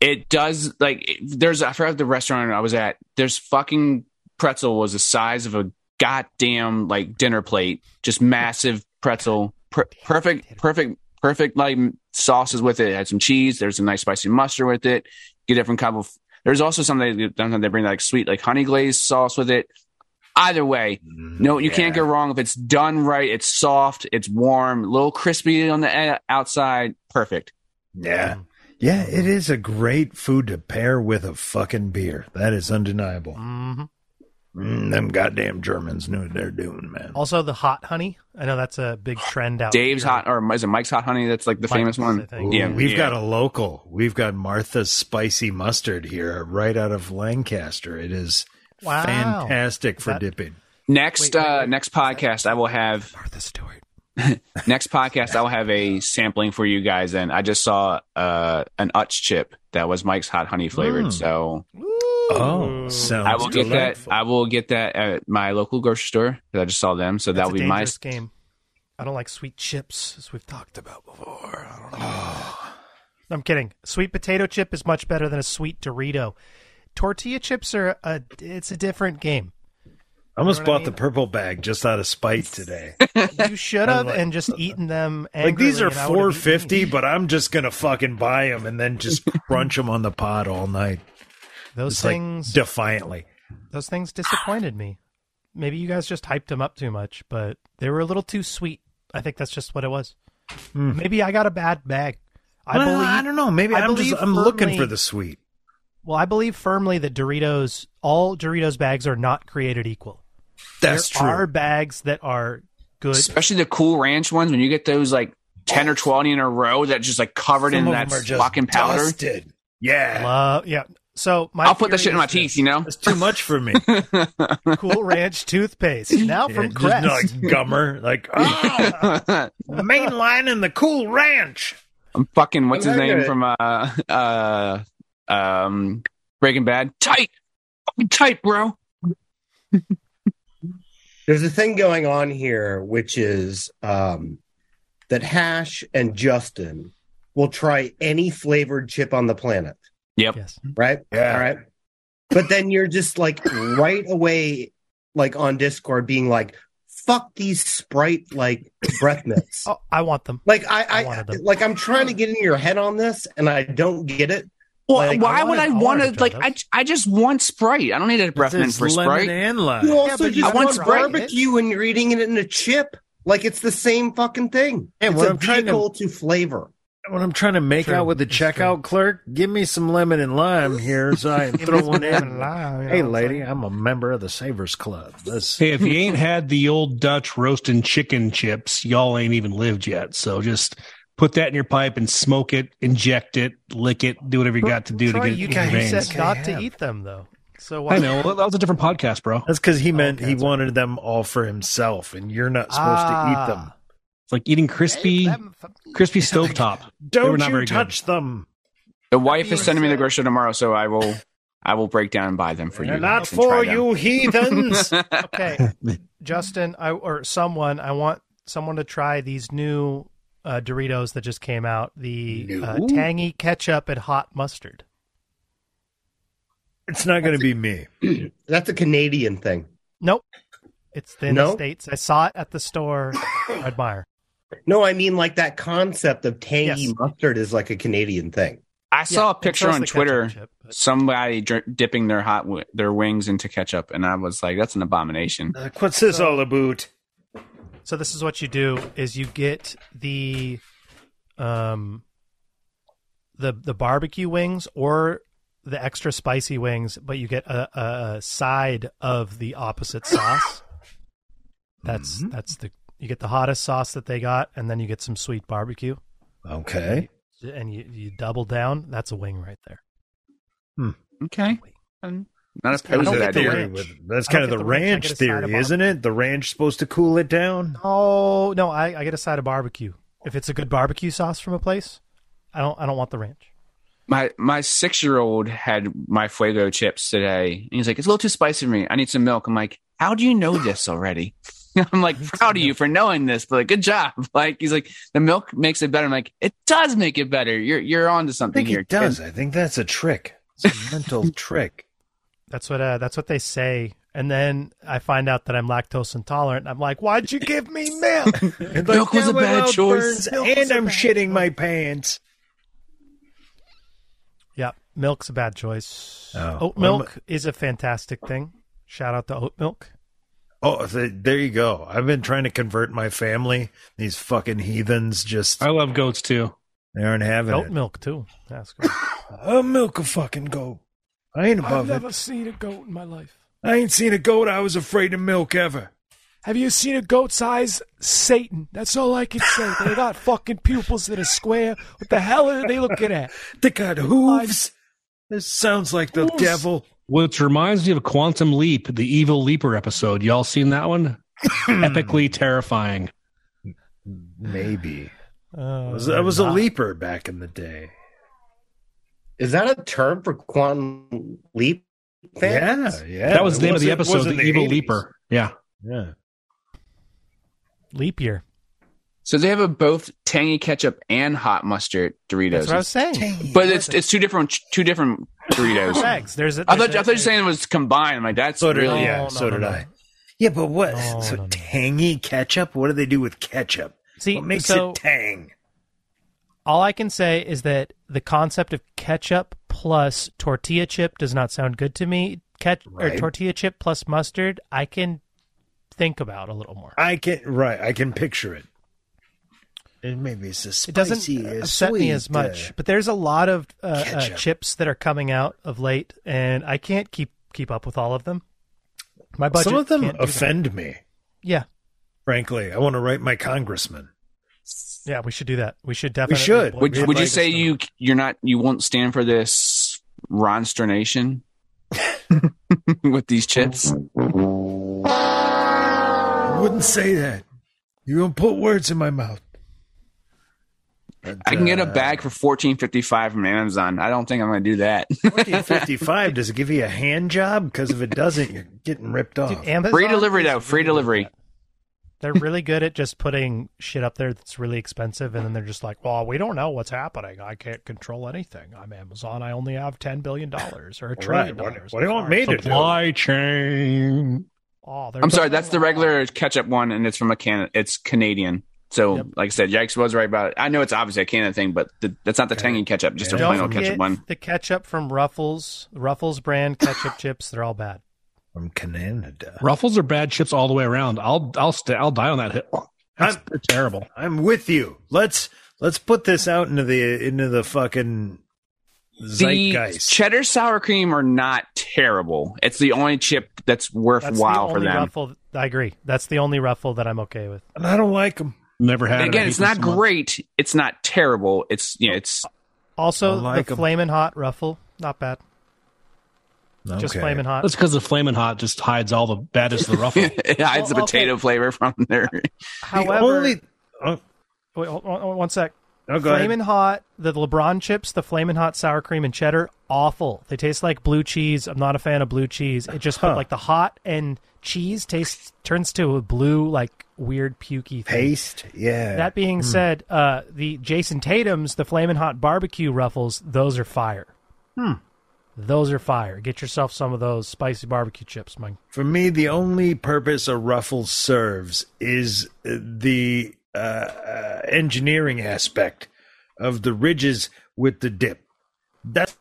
[SPEAKER 5] it does like it- there's I forgot the restaurant I was at. There's fucking pretzel was the size of a goddamn like dinner plate, just massive pretzel, per- perfect, perfect, perfect like sauces with it. it. Had some cheese. There's a nice spicy mustard with it. Get a different couple. Of, there's also something they, sometimes they bring like sweet like honey glazed sauce with it. Either way, no, you can't go wrong if it's done right. It's soft, it's warm, a little crispy on the e- outside. Perfect.
[SPEAKER 2] Yeah. Yeah, it is a great food to pair with a fucking beer. That is undeniable.
[SPEAKER 6] hmm
[SPEAKER 2] Mm, them goddamn Germans knew what they're doing, man.
[SPEAKER 6] Also, the hot honey. I know that's a big trend out.
[SPEAKER 5] Dave's
[SPEAKER 6] here.
[SPEAKER 5] hot, or is it Mike's hot honey? That's like the
[SPEAKER 6] Mike's,
[SPEAKER 5] famous
[SPEAKER 6] I
[SPEAKER 5] one.
[SPEAKER 6] think.
[SPEAKER 5] Oh, Yeah,
[SPEAKER 2] We've
[SPEAKER 5] yeah.
[SPEAKER 2] got a local. We've got Martha's spicy mustard here, right out of Lancaster. It is
[SPEAKER 6] Wow.
[SPEAKER 2] fantastic
[SPEAKER 6] Is
[SPEAKER 2] for
[SPEAKER 6] that-
[SPEAKER 2] dipping.
[SPEAKER 5] Next,
[SPEAKER 6] Wait, wait,
[SPEAKER 5] uh,
[SPEAKER 6] wait.
[SPEAKER 5] next podcast, I will have
[SPEAKER 6] Martha Stewart.
[SPEAKER 5] next podcast. I will have a sampling for you guys. And I just saw uh, an Utz chip that was Mike's hot honey flavored.
[SPEAKER 2] Mm.
[SPEAKER 5] So
[SPEAKER 2] Oh, sounds
[SPEAKER 5] I will get
[SPEAKER 2] delightful.
[SPEAKER 5] that. I will get that at my local grocery store 'cause I just saw them. So
[SPEAKER 6] That's
[SPEAKER 5] that'll
[SPEAKER 6] a
[SPEAKER 5] be my.
[SPEAKER 6] dangerous game. I don't like sweet chips, as we've talked about before. I don't know.
[SPEAKER 2] [sighs]
[SPEAKER 6] I'm kidding. Sweet potato chip is much better than a sweet Dorito. Tortilla chips are a. It's a different game.
[SPEAKER 2] I almost
[SPEAKER 6] You know what
[SPEAKER 2] bought
[SPEAKER 6] I
[SPEAKER 2] the purple bag just out of
[SPEAKER 6] [laughs]
[SPEAKER 2] spite today. [laughs]
[SPEAKER 6] You should have and just eaten them.
[SPEAKER 2] like these
[SPEAKER 6] angrily,
[SPEAKER 2] are
[SPEAKER 6] and I would've eaten
[SPEAKER 2] four fifty, but I'm just gonna fucking buy them and then
[SPEAKER 6] [laughs]
[SPEAKER 2] just crunch them on the pod all night.
[SPEAKER 6] Those
[SPEAKER 2] It's like
[SPEAKER 6] things.
[SPEAKER 2] defiantly.
[SPEAKER 6] those things disappointed me. Maybe you guys just hyped them up too much, but they were a little too sweet. I think that's just what it was. Maybe I got a bad bag. I
[SPEAKER 2] Hmm. Well,
[SPEAKER 6] believe.
[SPEAKER 2] I don't know. Maybe
[SPEAKER 6] I
[SPEAKER 2] I am just
[SPEAKER 6] believe
[SPEAKER 2] I'm looking
[SPEAKER 6] firmly-
[SPEAKER 2] for the sweet.
[SPEAKER 6] Well, I believe firmly that Doritos, all Doritos bags are not created equal.
[SPEAKER 2] That's
[SPEAKER 6] there
[SPEAKER 2] true.
[SPEAKER 6] are bags that are good.
[SPEAKER 5] Especially the cool ranch ones when you get those like ten or twenty in a row that just like covered
[SPEAKER 2] Some
[SPEAKER 5] in
[SPEAKER 2] of
[SPEAKER 5] that
[SPEAKER 2] them are just
[SPEAKER 5] fucking powder.
[SPEAKER 2] dusted. Yeah,
[SPEAKER 6] [laughs] Love, yeah. So my
[SPEAKER 5] I'll put that
[SPEAKER 6] theory
[SPEAKER 5] shit in
[SPEAKER 6] is
[SPEAKER 5] my
[SPEAKER 6] this.
[SPEAKER 5] teeth. You know,
[SPEAKER 2] that's too much for
[SPEAKER 6] [laughs]
[SPEAKER 2] me. [laughs]
[SPEAKER 5] [laughs]
[SPEAKER 6] Cool Ranch toothpaste now
[SPEAKER 2] Yeah,
[SPEAKER 6] from
[SPEAKER 2] just
[SPEAKER 6] Crest.
[SPEAKER 2] like gummer,
[SPEAKER 6] [laughs]
[SPEAKER 2] like oh, mainline and the cool ranch.
[SPEAKER 5] I'm fucking what's his
[SPEAKER 4] I like
[SPEAKER 5] name
[SPEAKER 4] it.
[SPEAKER 5] from uh uh um Breaking Bad. Tight, fucking tight, bro.
[SPEAKER 4] there's a thing going on here, which is um, that Hash and Justin will try any flavored chip on the planet,
[SPEAKER 5] Yep.
[SPEAKER 6] Yes.
[SPEAKER 4] right?
[SPEAKER 2] Yeah.
[SPEAKER 4] All right. But then you're just like right away, like on Discord, being like, "Fuck these Sprite like breath mints."
[SPEAKER 6] Oh, I want them.
[SPEAKER 4] Like I, I,
[SPEAKER 6] I wanted them.
[SPEAKER 4] like I'm trying to get in your head on this, and I don't get it.
[SPEAKER 5] Well,
[SPEAKER 4] Like,
[SPEAKER 5] why
[SPEAKER 6] I
[SPEAKER 5] would
[SPEAKER 6] wanna-
[SPEAKER 5] I
[SPEAKER 6] I wanna
[SPEAKER 5] want to
[SPEAKER 6] try
[SPEAKER 5] like?
[SPEAKER 6] those.
[SPEAKER 5] I, I just want Sprite. I don't need a breath mint
[SPEAKER 2] It's
[SPEAKER 5] for
[SPEAKER 2] lemon
[SPEAKER 5] Sprite.
[SPEAKER 2] and
[SPEAKER 4] You
[SPEAKER 2] lime.
[SPEAKER 4] also
[SPEAKER 6] but you
[SPEAKER 4] just
[SPEAKER 6] want
[SPEAKER 4] want
[SPEAKER 6] Sprite.
[SPEAKER 4] barbecue and you're eating it in a chip. Like it's the same fucking thing.
[SPEAKER 2] Yeah,
[SPEAKER 4] it's
[SPEAKER 2] what
[SPEAKER 4] a
[SPEAKER 2] I'm trying to-
[SPEAKER 4] vehicle to... flavor.
[SPEAKER 2] When I'm trying to make
[SPEAKER 6] True.
[SPEAKER 2] out with the
[SPEAKER 6] It's true.
[SPEAKER 2] checkout clerk, give me some lemon and lime here, so
[SPEAKER 6] [laughs]
[SPEAKER 2] I can throw one in. Hey, lady, I'm a member of the Savers Club. Let's
[SPEAKER 3] Hey, if you ain't had the old Dutch roasting chicken chips, y'all ain't even lived yet. So just put that in your pipe and smoke it, inject it, lick it, do whatever you got to do
[SPEAKER 6] Troy,
[SPEAKER 3] to get
[SPEAKER 6] you
[SPEAKER 3] it in your
[SPEAKER 6] guys
[SPEAKER 3] veins.
[SPEAKER 6] said not to
[SPEAKER 2] have.
[SPEAKER 6] eat them though. So why?
[SPEAKER 3] I know. Well, that was a different podcast, bro.
[SPEAKER 2] That's because he meant
[SPEAKER 6] okay,
[SPEAKER 2] he
[SPEAKER 6] Oh, that's
[SPEAKER 2] wanted them all for himself, and you're not supposed to eat them.
[SPEAKER 6] Ah.
[SPEAKER 3] It's like eating crispy, [laughs]
[SPEAKER 2] [laughs]
[SPEAKER 3] crispy stovetop. were
[SPEAKER 2] Don't
[SPEAKER 3] not
[SPEAKER 2] you
[SPEAKER 3] very good.
[SPEAKER 2] touch them?
[SPEAKER 5] The wife
[SPEAKER 6] Being
[SPEAKER 5] is sending me the
[SPEAKER 6] said-
[SPEAKER 5] grocery tomorrow, so I will. I will break down and buy them for you.
[SPEAKER 2] They're not
[SPEAKER 5] and try
[SPEAKER 2] for
[SPEAKER 5] them.
[SPEAKER 2] you,
[SPEAKER 5] [laughs]
[SPEAKER 2] heathens.
[SPEAKER 6] Okay, Justin, I or someone, I want someone to try these new uh, Doritos that just came out. The uh, tangy ketchup and hot mustard.
[SPEAKER 2] it's not going to be me.
[SPEAKER 4] That's a Canadian thing.
[SPEAKER 6] Nope, it's in the
[SPEAKER 4] No?
[SPEAKER 6] states. I saw it at the store. I admire.
[SPEAKER 4] No, I mean like that concept of tangy
[SPEAKER 6] Yes.
[SPEAKER 4] mustard is like a Canadian thing.
[SPEAKER 5] I saw
[SPEAKER 6] Yeah,
[SPEAKER 5] a
[SPEAKER 6] and
[SPEAKER 5] picture
[SPEAKER 6] so's
[SPEAKER 5] on
[SPEAKER 6] the ketchup
[SPEAKER 5] Twitter.
[SPEAKER 6] chip, but-
[SPEAKER 5] Somebody dr- dipping their hot w- their wings into ketchup, and I was like, "That's an abomination."
[SPEAKER 2] Like, Uh, what's this all about?
[SPEAKER 6] So this is what you do is you get the um the the barbecue wings or the extra spicy wings, but you get a, a, a side of the opposite sauce. That's that's the you get the hottest sauce that they got, and then you get some sweet barbecue,
[SPEAKER 2] Okay.
[SPEAKER 6] and you, you double down. That's a wing right there.
[SPEAKER 5] Okay, I'm not
[SPEAKER 2] I
[SPEAKER 6] I
[SPEAKER 2] was
[SPEAKER 5] opposed to
[SPEAKER 6] don't
[SPEAKER 5] that
[SPEAKER 6] get the
[SPEAKER 2] theory.
[SPEAKER 5] idea.
[SPEAKER 6] ranch.
[SPEAKER 2] with- That's
[SPEAKER 6] I don't
[SPEAKER 2] kind of
[SPEAKER 6] get
[SPEAKER 2] the
[SPEAKER 6] the ranch. I
[SPEAKER 2] ranch
[SPEAKER 6] get a side of
[SPEAKER 2] theory,
[SPEAKER 6] bar-
[SPEAKER 2] isn't it? The ranch supposed to cool it down.
[SPEAKER 6] Oh no, I, I get a side of barbecue if it's a good barbecue sauce from a place. I don't I don't want the ranch.
[SPEAKER 5] My my six year old had my Fuego chips today, and he's like, "It's a little too spicy for me. I need some milk." I'm like, "How do you
[SPEAKER 6] [gasps]
[SPEAKER 5] know this already?" [laughs] I'm like, "Proud of you for knowing this, but like, good job." [laughs] Like he's like, "The milk makes it better." I'm like, "It does make it better. You're you're onto
[SPEAKER 2] I
[SPEAKER 5] something
[SPEAKER 2] think
[SPEAKER 5] here."
[SPEAKER 2] it does. I think that's a trick. It's a
[SPEAKER 5] [laughs]
[SPEAKER 2] mental trick.
[SPEAKER 6] That's what uh, that's what they say. And then I find out that I'm lactose intolerant. and I'm like,
[SPEAKER 2] [laughs]
[SPEAKER 6] why'd you give me milk?
[SPEAKER 2] And
[SPEAKER 5] Milk was
[SPEAKER 2] now
[SPEAKER 5] a
[SPEAKER 2] my
[SPEAKER 5] bad
[SPEAKER 2] mouth burns
[SPEAKER 5] choice.
[SPEAKER 2] and I'm shitting my pants.
[SPEAKER 6] yeah, milk's a bad choice.
[SPEAKER 2] Oh.
[SPEAKER 6] Oat milk is a fantastic thing. Shout out to oat milk.
[SPEAKER 2] Oh, th- there you go. I've been trying to convert my family. These fucking heathens just
[SPEAKER 3] I love goats too.
[SPEAKER 2] they aren't having
[SPEAKER 6] Goat
[SPEAKER 2] it.
[SPEAKER 6] milk too.
[SPEAKER 2] [laughs]
[SPEAKER 6] That's good.
[SPEAKER 2] I'll milk a fucking goat. I ain't above it.
[SPEAKER 8] seen a goat in my life.
[SPEAKER 2] I ain't seen a goat I was afraid to milk ever.
[SPEAKER 8] Have you seen a goat's eyes? Satan. That's all I can say. They got fucking pupils that are square. What the hell are they looking at?
[SPEAKER 2] They got hooves. This sounds like the
[SPEAKER 8] Hooves.
[SPEAKER 2] devil.
[SPEAKER 3] Which reminds me of Quantum Leap, the Evil Leaper episode. Y'all seen that
[SPEAKER 2] [coughs]
[SPEAKER 3] one? Epically terrifying.
[SPEAKER 2] Maybe. I
[SPEAKER 6] Uh,
[SPEAKER 2] was, I was a leaper back in the day.
[SPEAKER 4] Is that a term for quantum leap? Fans?
[SPEAKER 2] Yeah, yeah.
[SPEAKER 3] that was the
[SPEAKER 2] It
[SPEAKER 3] name of the
[SPEAKER 2] wasn't- it was
[SPEAKER 3] episode,
[SPEAKER 2] in
[SPEAKER 3] the, Evil
[SPEAKER 2] 80s.
[SPEAKER 3] Leaper. Yeah.
[SPEAKER 2] Yeah.
[SPEAKER 6] leap year.
[SPEAKER 5] So they have a both tangy ketchup and hot mustard Doritos.
[SPEAKER 6] That's what I was saying.
[SPEAKER 5] But it's it's two different two
[SPEAKER 6] [laughs]
[SPEAKER 5] different Doritos.
[SPEAKER 6] Eggs. There's a,
[SPEAKER 5] I
[SPEAKER 6] there's
[SPEAKER 5] thought I
[SPEAKER 6] a-
[SPEAKER 5] thought you were saying it was combined. I'm like, that's
[SPEAKER 2] So did,
[SPEAKER 5] really
[SPEAKER 2] yeah,
[SPEAKER 6] No, no,
[SPEAKER 2] so
[SPEAKER 6] no,
[SPEAKER 2] did
[SPEAKER 6] no.
[SPEAKER 2] I. Yeah, but what?
[SPEAKER 6] No,
[SPEAKER 2] so
[SPEAKER 6] no, no.
[SPEAKER 2] tangy ketchup? What do they do with ketchup?
[SPEAKER 6] See,
[SPEAKER 2] what makes
[SPEAKER 6] so-
[SPEAKER 2] it tang?
[SPEAKER 6] All I can say is that the concept of ketchup plus tortilla chip does not sound good to me. Ket- or
[SPEAKER 2] Right.
[SPEAKER 6] tortilla chip plus mustard, I can think about a little more.
[SPEAKER 2] I can right. I can picture it. And maybe it's a spicy,
[SPEAKER 6] It doesn't
[SPEAKER 2] a
[SPEAKER 6] upset me as
[SPEAKER 2] sweet,
[SPEAKER 6] much,
[SPEAKER 2] uh,
[SPEAKER 6] but there's a lot of uh, uh,
[SPEAKER 2] ketchup.
[SPEAKER 6] chips that are coming out of late, and I can't keep keep up with all of them. My budget
[SPEAKER 2] some of them
[SPEAKER 6] can't do that.
[SPEAKER 2] offend me.
[SPEAKER 6] Yeah,
[SPEAKER 2] Frankly, I want to write my congressman.
[SPEAKER 6] yeah, we should do that. We should definitely.
[SPEAKER 2] should.
[SPEAKER 6] boy-
[SPEAKER 5] Would
[SPEAKER 6] we
[SPEAKER 5] would you
[SPEAKER 6] like
[SPEAKER 5] say
[SPEAKER 6] this
[SPEAKER 5] you you're not you won't stand for this
[SPEAKER 6] [laughs]
[SPEAKER 5] rosternation with these chips?
[SPEAKER 6] Oh
[SPEAKER 2] I wouldn't say that. You won't put words in my mouth.
[SPEAKER 5] I can
[SPEAKER 2] uh,
[SPEAKER 5] get a bag for fourteen fifty five from Amazon. I don't think I'm going to do
[SPEAKER 6] [laughs]
[SPEAKER 5] that.
[SPEAKER 2] 55 does it give you a hand job? Because if it doesn't, you're getting ripped off.
[SPEAKER 6] Dude,
[SPEAKER 5] [laughs]
[SPEAKER 6] Amazon
[SPEAKER 5] free delivery
[SPEAKER 6] is
[SPEAKER 5] though. Free
[SPEAKER 6] really
[SPEAKER 5] delivery.
[SPEAKER 6] good. They're really good at just putting shit up there that's really expensive, and then they're just like, "Well, we don't know what's happening. I can't control anything. I'm Amazon. I only have ten billion dollars or a trillion
[SPEAKER 2] What-
[SPEAKER 6] dollars.
[SPEAKER 2] what do you
[SPEAKER 6] I'm
[SPEAKER 2] want
[SPEAKER 6] sorry."
[SPEAKER 2] me to do?
[SPEAKER 3] Supply chain.
[SPEAKER 6] Oh, they're
[SPEAKER 5] I'm sorry,
[SPEAKER 6] just-
[SPEAKER 5] that's the regular ketchup one, and it's from a can. It's Canadian. So,
[SPEAKER 6] Yep.
[SPEAKER 5] like I said, Jax was right about it. I know it's obviously a Canada thing, but th- that's not the tangy ketchup, just a
[SPEAKER 6] Don't
[SPEAKER 5] plain old
[SPEAKER 6] forget
[SPEAKER 5] ketchup one.
[SPEAKER 6] The ketchup from Ruffles, Ruffles brand ketchup chips. They're all bad.
[SPEAKER 2] From Canada.
[SPEAKER 3] Ruffles are bad chips all the way around. I'll I'll st- I'll die on that hill. That's,
[SPEAKER 2] I'm-
[SPEAKER 3] they're terrible.
[SPEAKER 2] I'm with you. Let's let's put this out into the into the fucking
[SPEAKER 5] The
[SPEAKER 2] zeitgeist.
[SPEAKER 5] cheddar sour cream are not terrible. It's the only chip that's
[SPEAKER 6] That's
[SPEAKER 5] worthwhile
[SPEAKER 6] the
[SPEAKER 5] for
[SPEAKER 6] only
[SPEAKER 5] them.
[SPEAKER 6] Ruffle. I agree. That's the only Ruffle that I'm okay with.
[SPEAKER 2] and I don't like them.
[SPEAKER 3] Never had.
[SPEAKER 5] And
[SPEAKER 3] it. I
[SPEAKER 5] again,
[SPEAKER 3] hate
[SPEAKER 5] it's
[SPEAKER 3] them
[SPEAKER 5] not
[SPEAKER 3] so much.
[SPEAKER 5] great. It's not terrible. It's you know, it's
[SPEAKER 6] Also,
[SPEAKER 2] I like
[SPEAKER 6] the
[SPEAKER 2] 'em.
[SPEAKER 6] flamin' hot Ruffle, not bad. Just flamin' hot.
[SPEAKER 3] That's because the flaming hot just hides all the baddest of the
[SPEAKER 5] [laughs]
[SPEAKER 3] ruffle.
[SPEAKER 5] it hides
[SPEAKER 6] Well,
[SPEAKER 5] the potato flavor from there.
[SPEAKER 6] However,
[SPEAKER 2] only. Oh,
[SPEAKER 6] wait, hold, hold- hold- one sec.
[SPEAKER 2] oh, go ahead.
[SPEAKER 6] Flamin' Hot, the LeBron chips, the Flamin' Hot sour cream and cheddar, awful. They taste like blue cheese. I'm not a fan of blue cheese. It just but,
[SPEAKER 2] Huh.
[SPEAKER 6] like the hot and cheese tastes turns to a blue like weird pukey thing.
[SPEAKER 2] Paste. Yeah.
[SPEAKER 6] That being said, uh, the Jason Tatum's, the Flamin' Hot barbecue ruffles, those are fire. Hmm. Those are fire. Get yourself some of those spicy barbecue chips, man.
[SPEAKER 2] For me, the only purpose a ruffle serves is uh, the uh, uh, engineering aspect of the ridges with the dip. That's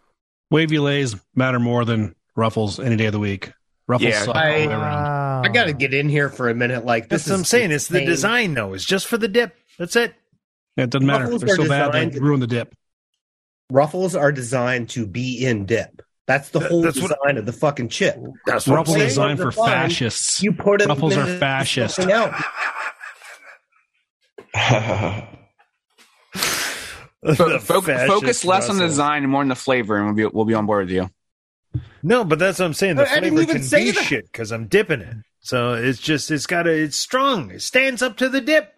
[SPEAKER 3] Wavy lays matter more than ruffles any day of the week. Ruffles
[SPEAKER 5] Yeah.
[SPEAKER 3] suck all the way
[SPEAKER 4] I- uh,
[SPEAKER 3] around.
[SPEAKER 4] I got to get in here for a minute. Like
[SPEAKER 2] that's
[SPEAKER 4] this
[SPEAKER 2] what I'm
[SPEAKER 4] is
[SPEAKER 2] saying. It's the
[SPEAKER 4] insane.
[SPEAKER 2] design, though. It's just for the dip. That's it.
[SPEAKER 3] It doesn't matter.
[SPEAKER 4] Ruffles
[SPEAKER 3] They're
[SPEAKER 4] are
[SPEAKER 3] so bad they
[SPEAKER 4] designed-
[SPEAKER 3] ruin the dip.
[SPEAKER 4] Ruffles are designed to be in dip. That's the
[SPEAKER 2] Th-
[SPEAKER 4] whole
[SPEAKER 2] that's what-
[SPEAKER 4] design of the fucking chip.
[SPEAKER 2] That's
[SPEAKER 3] Ruffles are
[SPEAKER 4] saying.
[SPEAKER 3] designed for
[SPEAKER 4] They're fine.
[SPEAKER 3] fascists.
[SPEAKER 4] You put it.
[SPEAKER 3] Ruffles
[SPEAKER 4] in
[SPEAKER 3] are
[SPEAKER 4] the-
[SPEAKER 3] fascist.
[SPEAKER 4] something else.
[SPEAKER 5] [laughs] Fo- fo- focus less on the design and more on the flavor, and we'll be we'll be on board with you.
[SPEAKER 2] No, but that's what I'm saying. The
[SPEAKER 4] I- I didn't
[SPEAKER 2] flavor
[SPEAKER 4] even
[SPEAKER 2] can
[SPEAKER 4] say
[SPEAKER 2] be
[SPEAKER 4] that.
[SPEAKER 2] shit because I'm dipping it. So it's just it's got to it's strong. It stands up to the dip.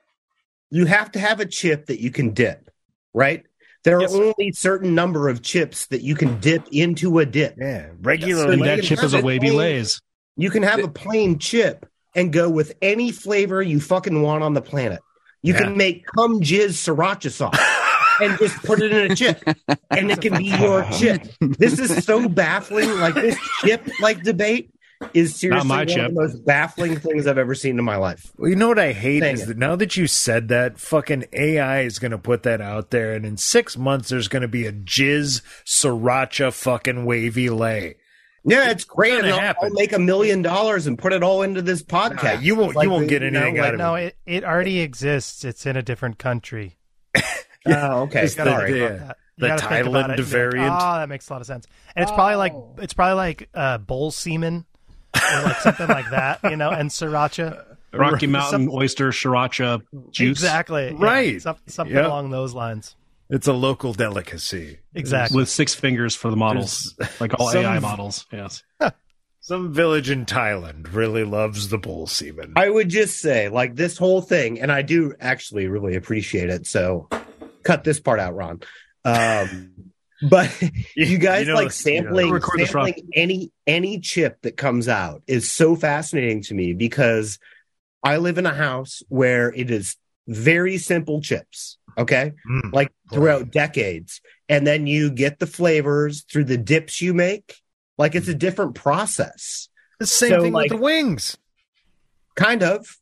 [SPEAKER 4] you have to have a chip that you can dip, right? There are
[SPEAKER 3] Yes, sir.
[SPEAKER 4] only certain number of chips that you can dip into a dip.
[SPEAKER 2] Yeah,
[SPEAKER 4] Yes,
[SPEAKER 2] regular.
[SPEAKER 3] And
[SPEAKER 4] Lay
[SPEAKER 3] that
[SPEAKER 4] it
[SPEAKER 3] chip is a
[SPEAKER 4] perfect.
[SPEAKER 3] wavy
[SPEAKER 4] Lay it-
[SPEAKER 3] lays.
[SPEAKER 4] You can have a plain chip and go with any flavor you fucking want on the planet. You
[SPEAKER 2] Yeah.
[SPEAKER 4] can make cum jizz sriracha sauce and just put it in a chip, and it
[SPEAKER 3] [laughs]
[SPEAKER 4] can be your chip. This is so baffling. Like this chip like debate is seriously
[SPEAKER 3] my
[SPEAKER 4] one
[SPEAKER 3] chip.
[SPEAKER 4] of the most baffling things I've ever seen in my life.
[SPEAKER 2] Well, you know what I hate
[SPEAKER 4] Dang
[SPEAKER 2] is
[SPEAKER 4] it.
[SPEAKER 2] that now that you said that, fucking AI is going to put that out there, and in six months there's going to be a jizz sriracha fucking wavy lay.
[SPEAKER 4] Yeah, it's great.
[SPEAKER 2] gonna
[SPEAKER 4] and I'll,
[SPEAKER 2] happen.
[SPEAKER 4] I'll make a million dollars and put it all into this podcast.
[SPEAKER 2] Yeah, you won't
[SPEAKER 4] Like,
[SPEAKER 2] you won't get
[SPEAKER 4] you know,
[SPEAKER 2] anything
[SPEAKER 4] like,
[SPEAKER 2] out of
[SPEAKER 6] No,
[SPEAKER 2] it.
[SPEAKER 6] it, it already exists. It's in a different country.
[SPEAKER 2] [laughs]
[SPEAKER 4] Oh, okay.
[SPEAKER 2] It's the-
[SPEAKER 4] Sorry.
[SPEAKER 2] yeah.
[SPEAKER 6] about that. You
[SPEAKER 2] The
[SPEAKER 6] gotta think
[SPEAKER 2] title
[SPEAKER 6] about
[SPEAKER 2] and the
[SPEAKER 6] it and be like,
[SPEAKER 2] variant.
[SPEAKER 6] Ah, that makes a lot of sense. And it's probably like
[SPEAKER 4] Oh.
[SPEAKER 6] it's probably like uh, bull semen or
[SPEAKER 2] [laughs]
[SPEAKER 6] like something like that, you know, and sriracha.
[SPEAKER 3] Rocky Mountain
[SPEAKER 4] [laughs]
[SPEAKER 3] oyster sriracha juice.
[SPEAKER 6] Exactly. yeah,
[SPEAKER 2] Right.
[SPEAKER 6] some- something
[SPEAKER 2] Yep.
[SPEAKER 6] along those lines.
[SPEAKER 2] It's a local delicacy.
[SPEAKER 6] Exactly.
[SPEAKER 3] With six fingers for the models, like all
[SPEAKER 2] some-
[SPEAKER 3] AI models. Yes.
[SPEAKER 2] Some village in Thailand really loves the bull semen.
[SPEAKER 4] I would just say, like, this whole thing, and I do actually really appreciate it. So cut this part out, Ron. Um, [laughs] but you guys
[SPEAKER 2] know, [laughs]
[SPEAKER 4] like
[SPEAKER 2] you
[SPEAKER 4] sampling,
[SPEAKER 3] Record this, Ron.
[SPEAKER 4] sampling any any chip that comes out is so fascinating to me because I live in a house where it is very simple chips. Okay.
[SPEAKER 2] know, mm.
[SPEAKER 4] like throughout decades. And then you get the flavors through the dips you make. Like it's a different process.
[SPEAKER 2] the same
[SPEAKER 4] so,
[SPEAKER 2] thing
[SPEAKER 4] like-
[SPEAKER 2] with the wings.
[SPEAKER 4] Kind of.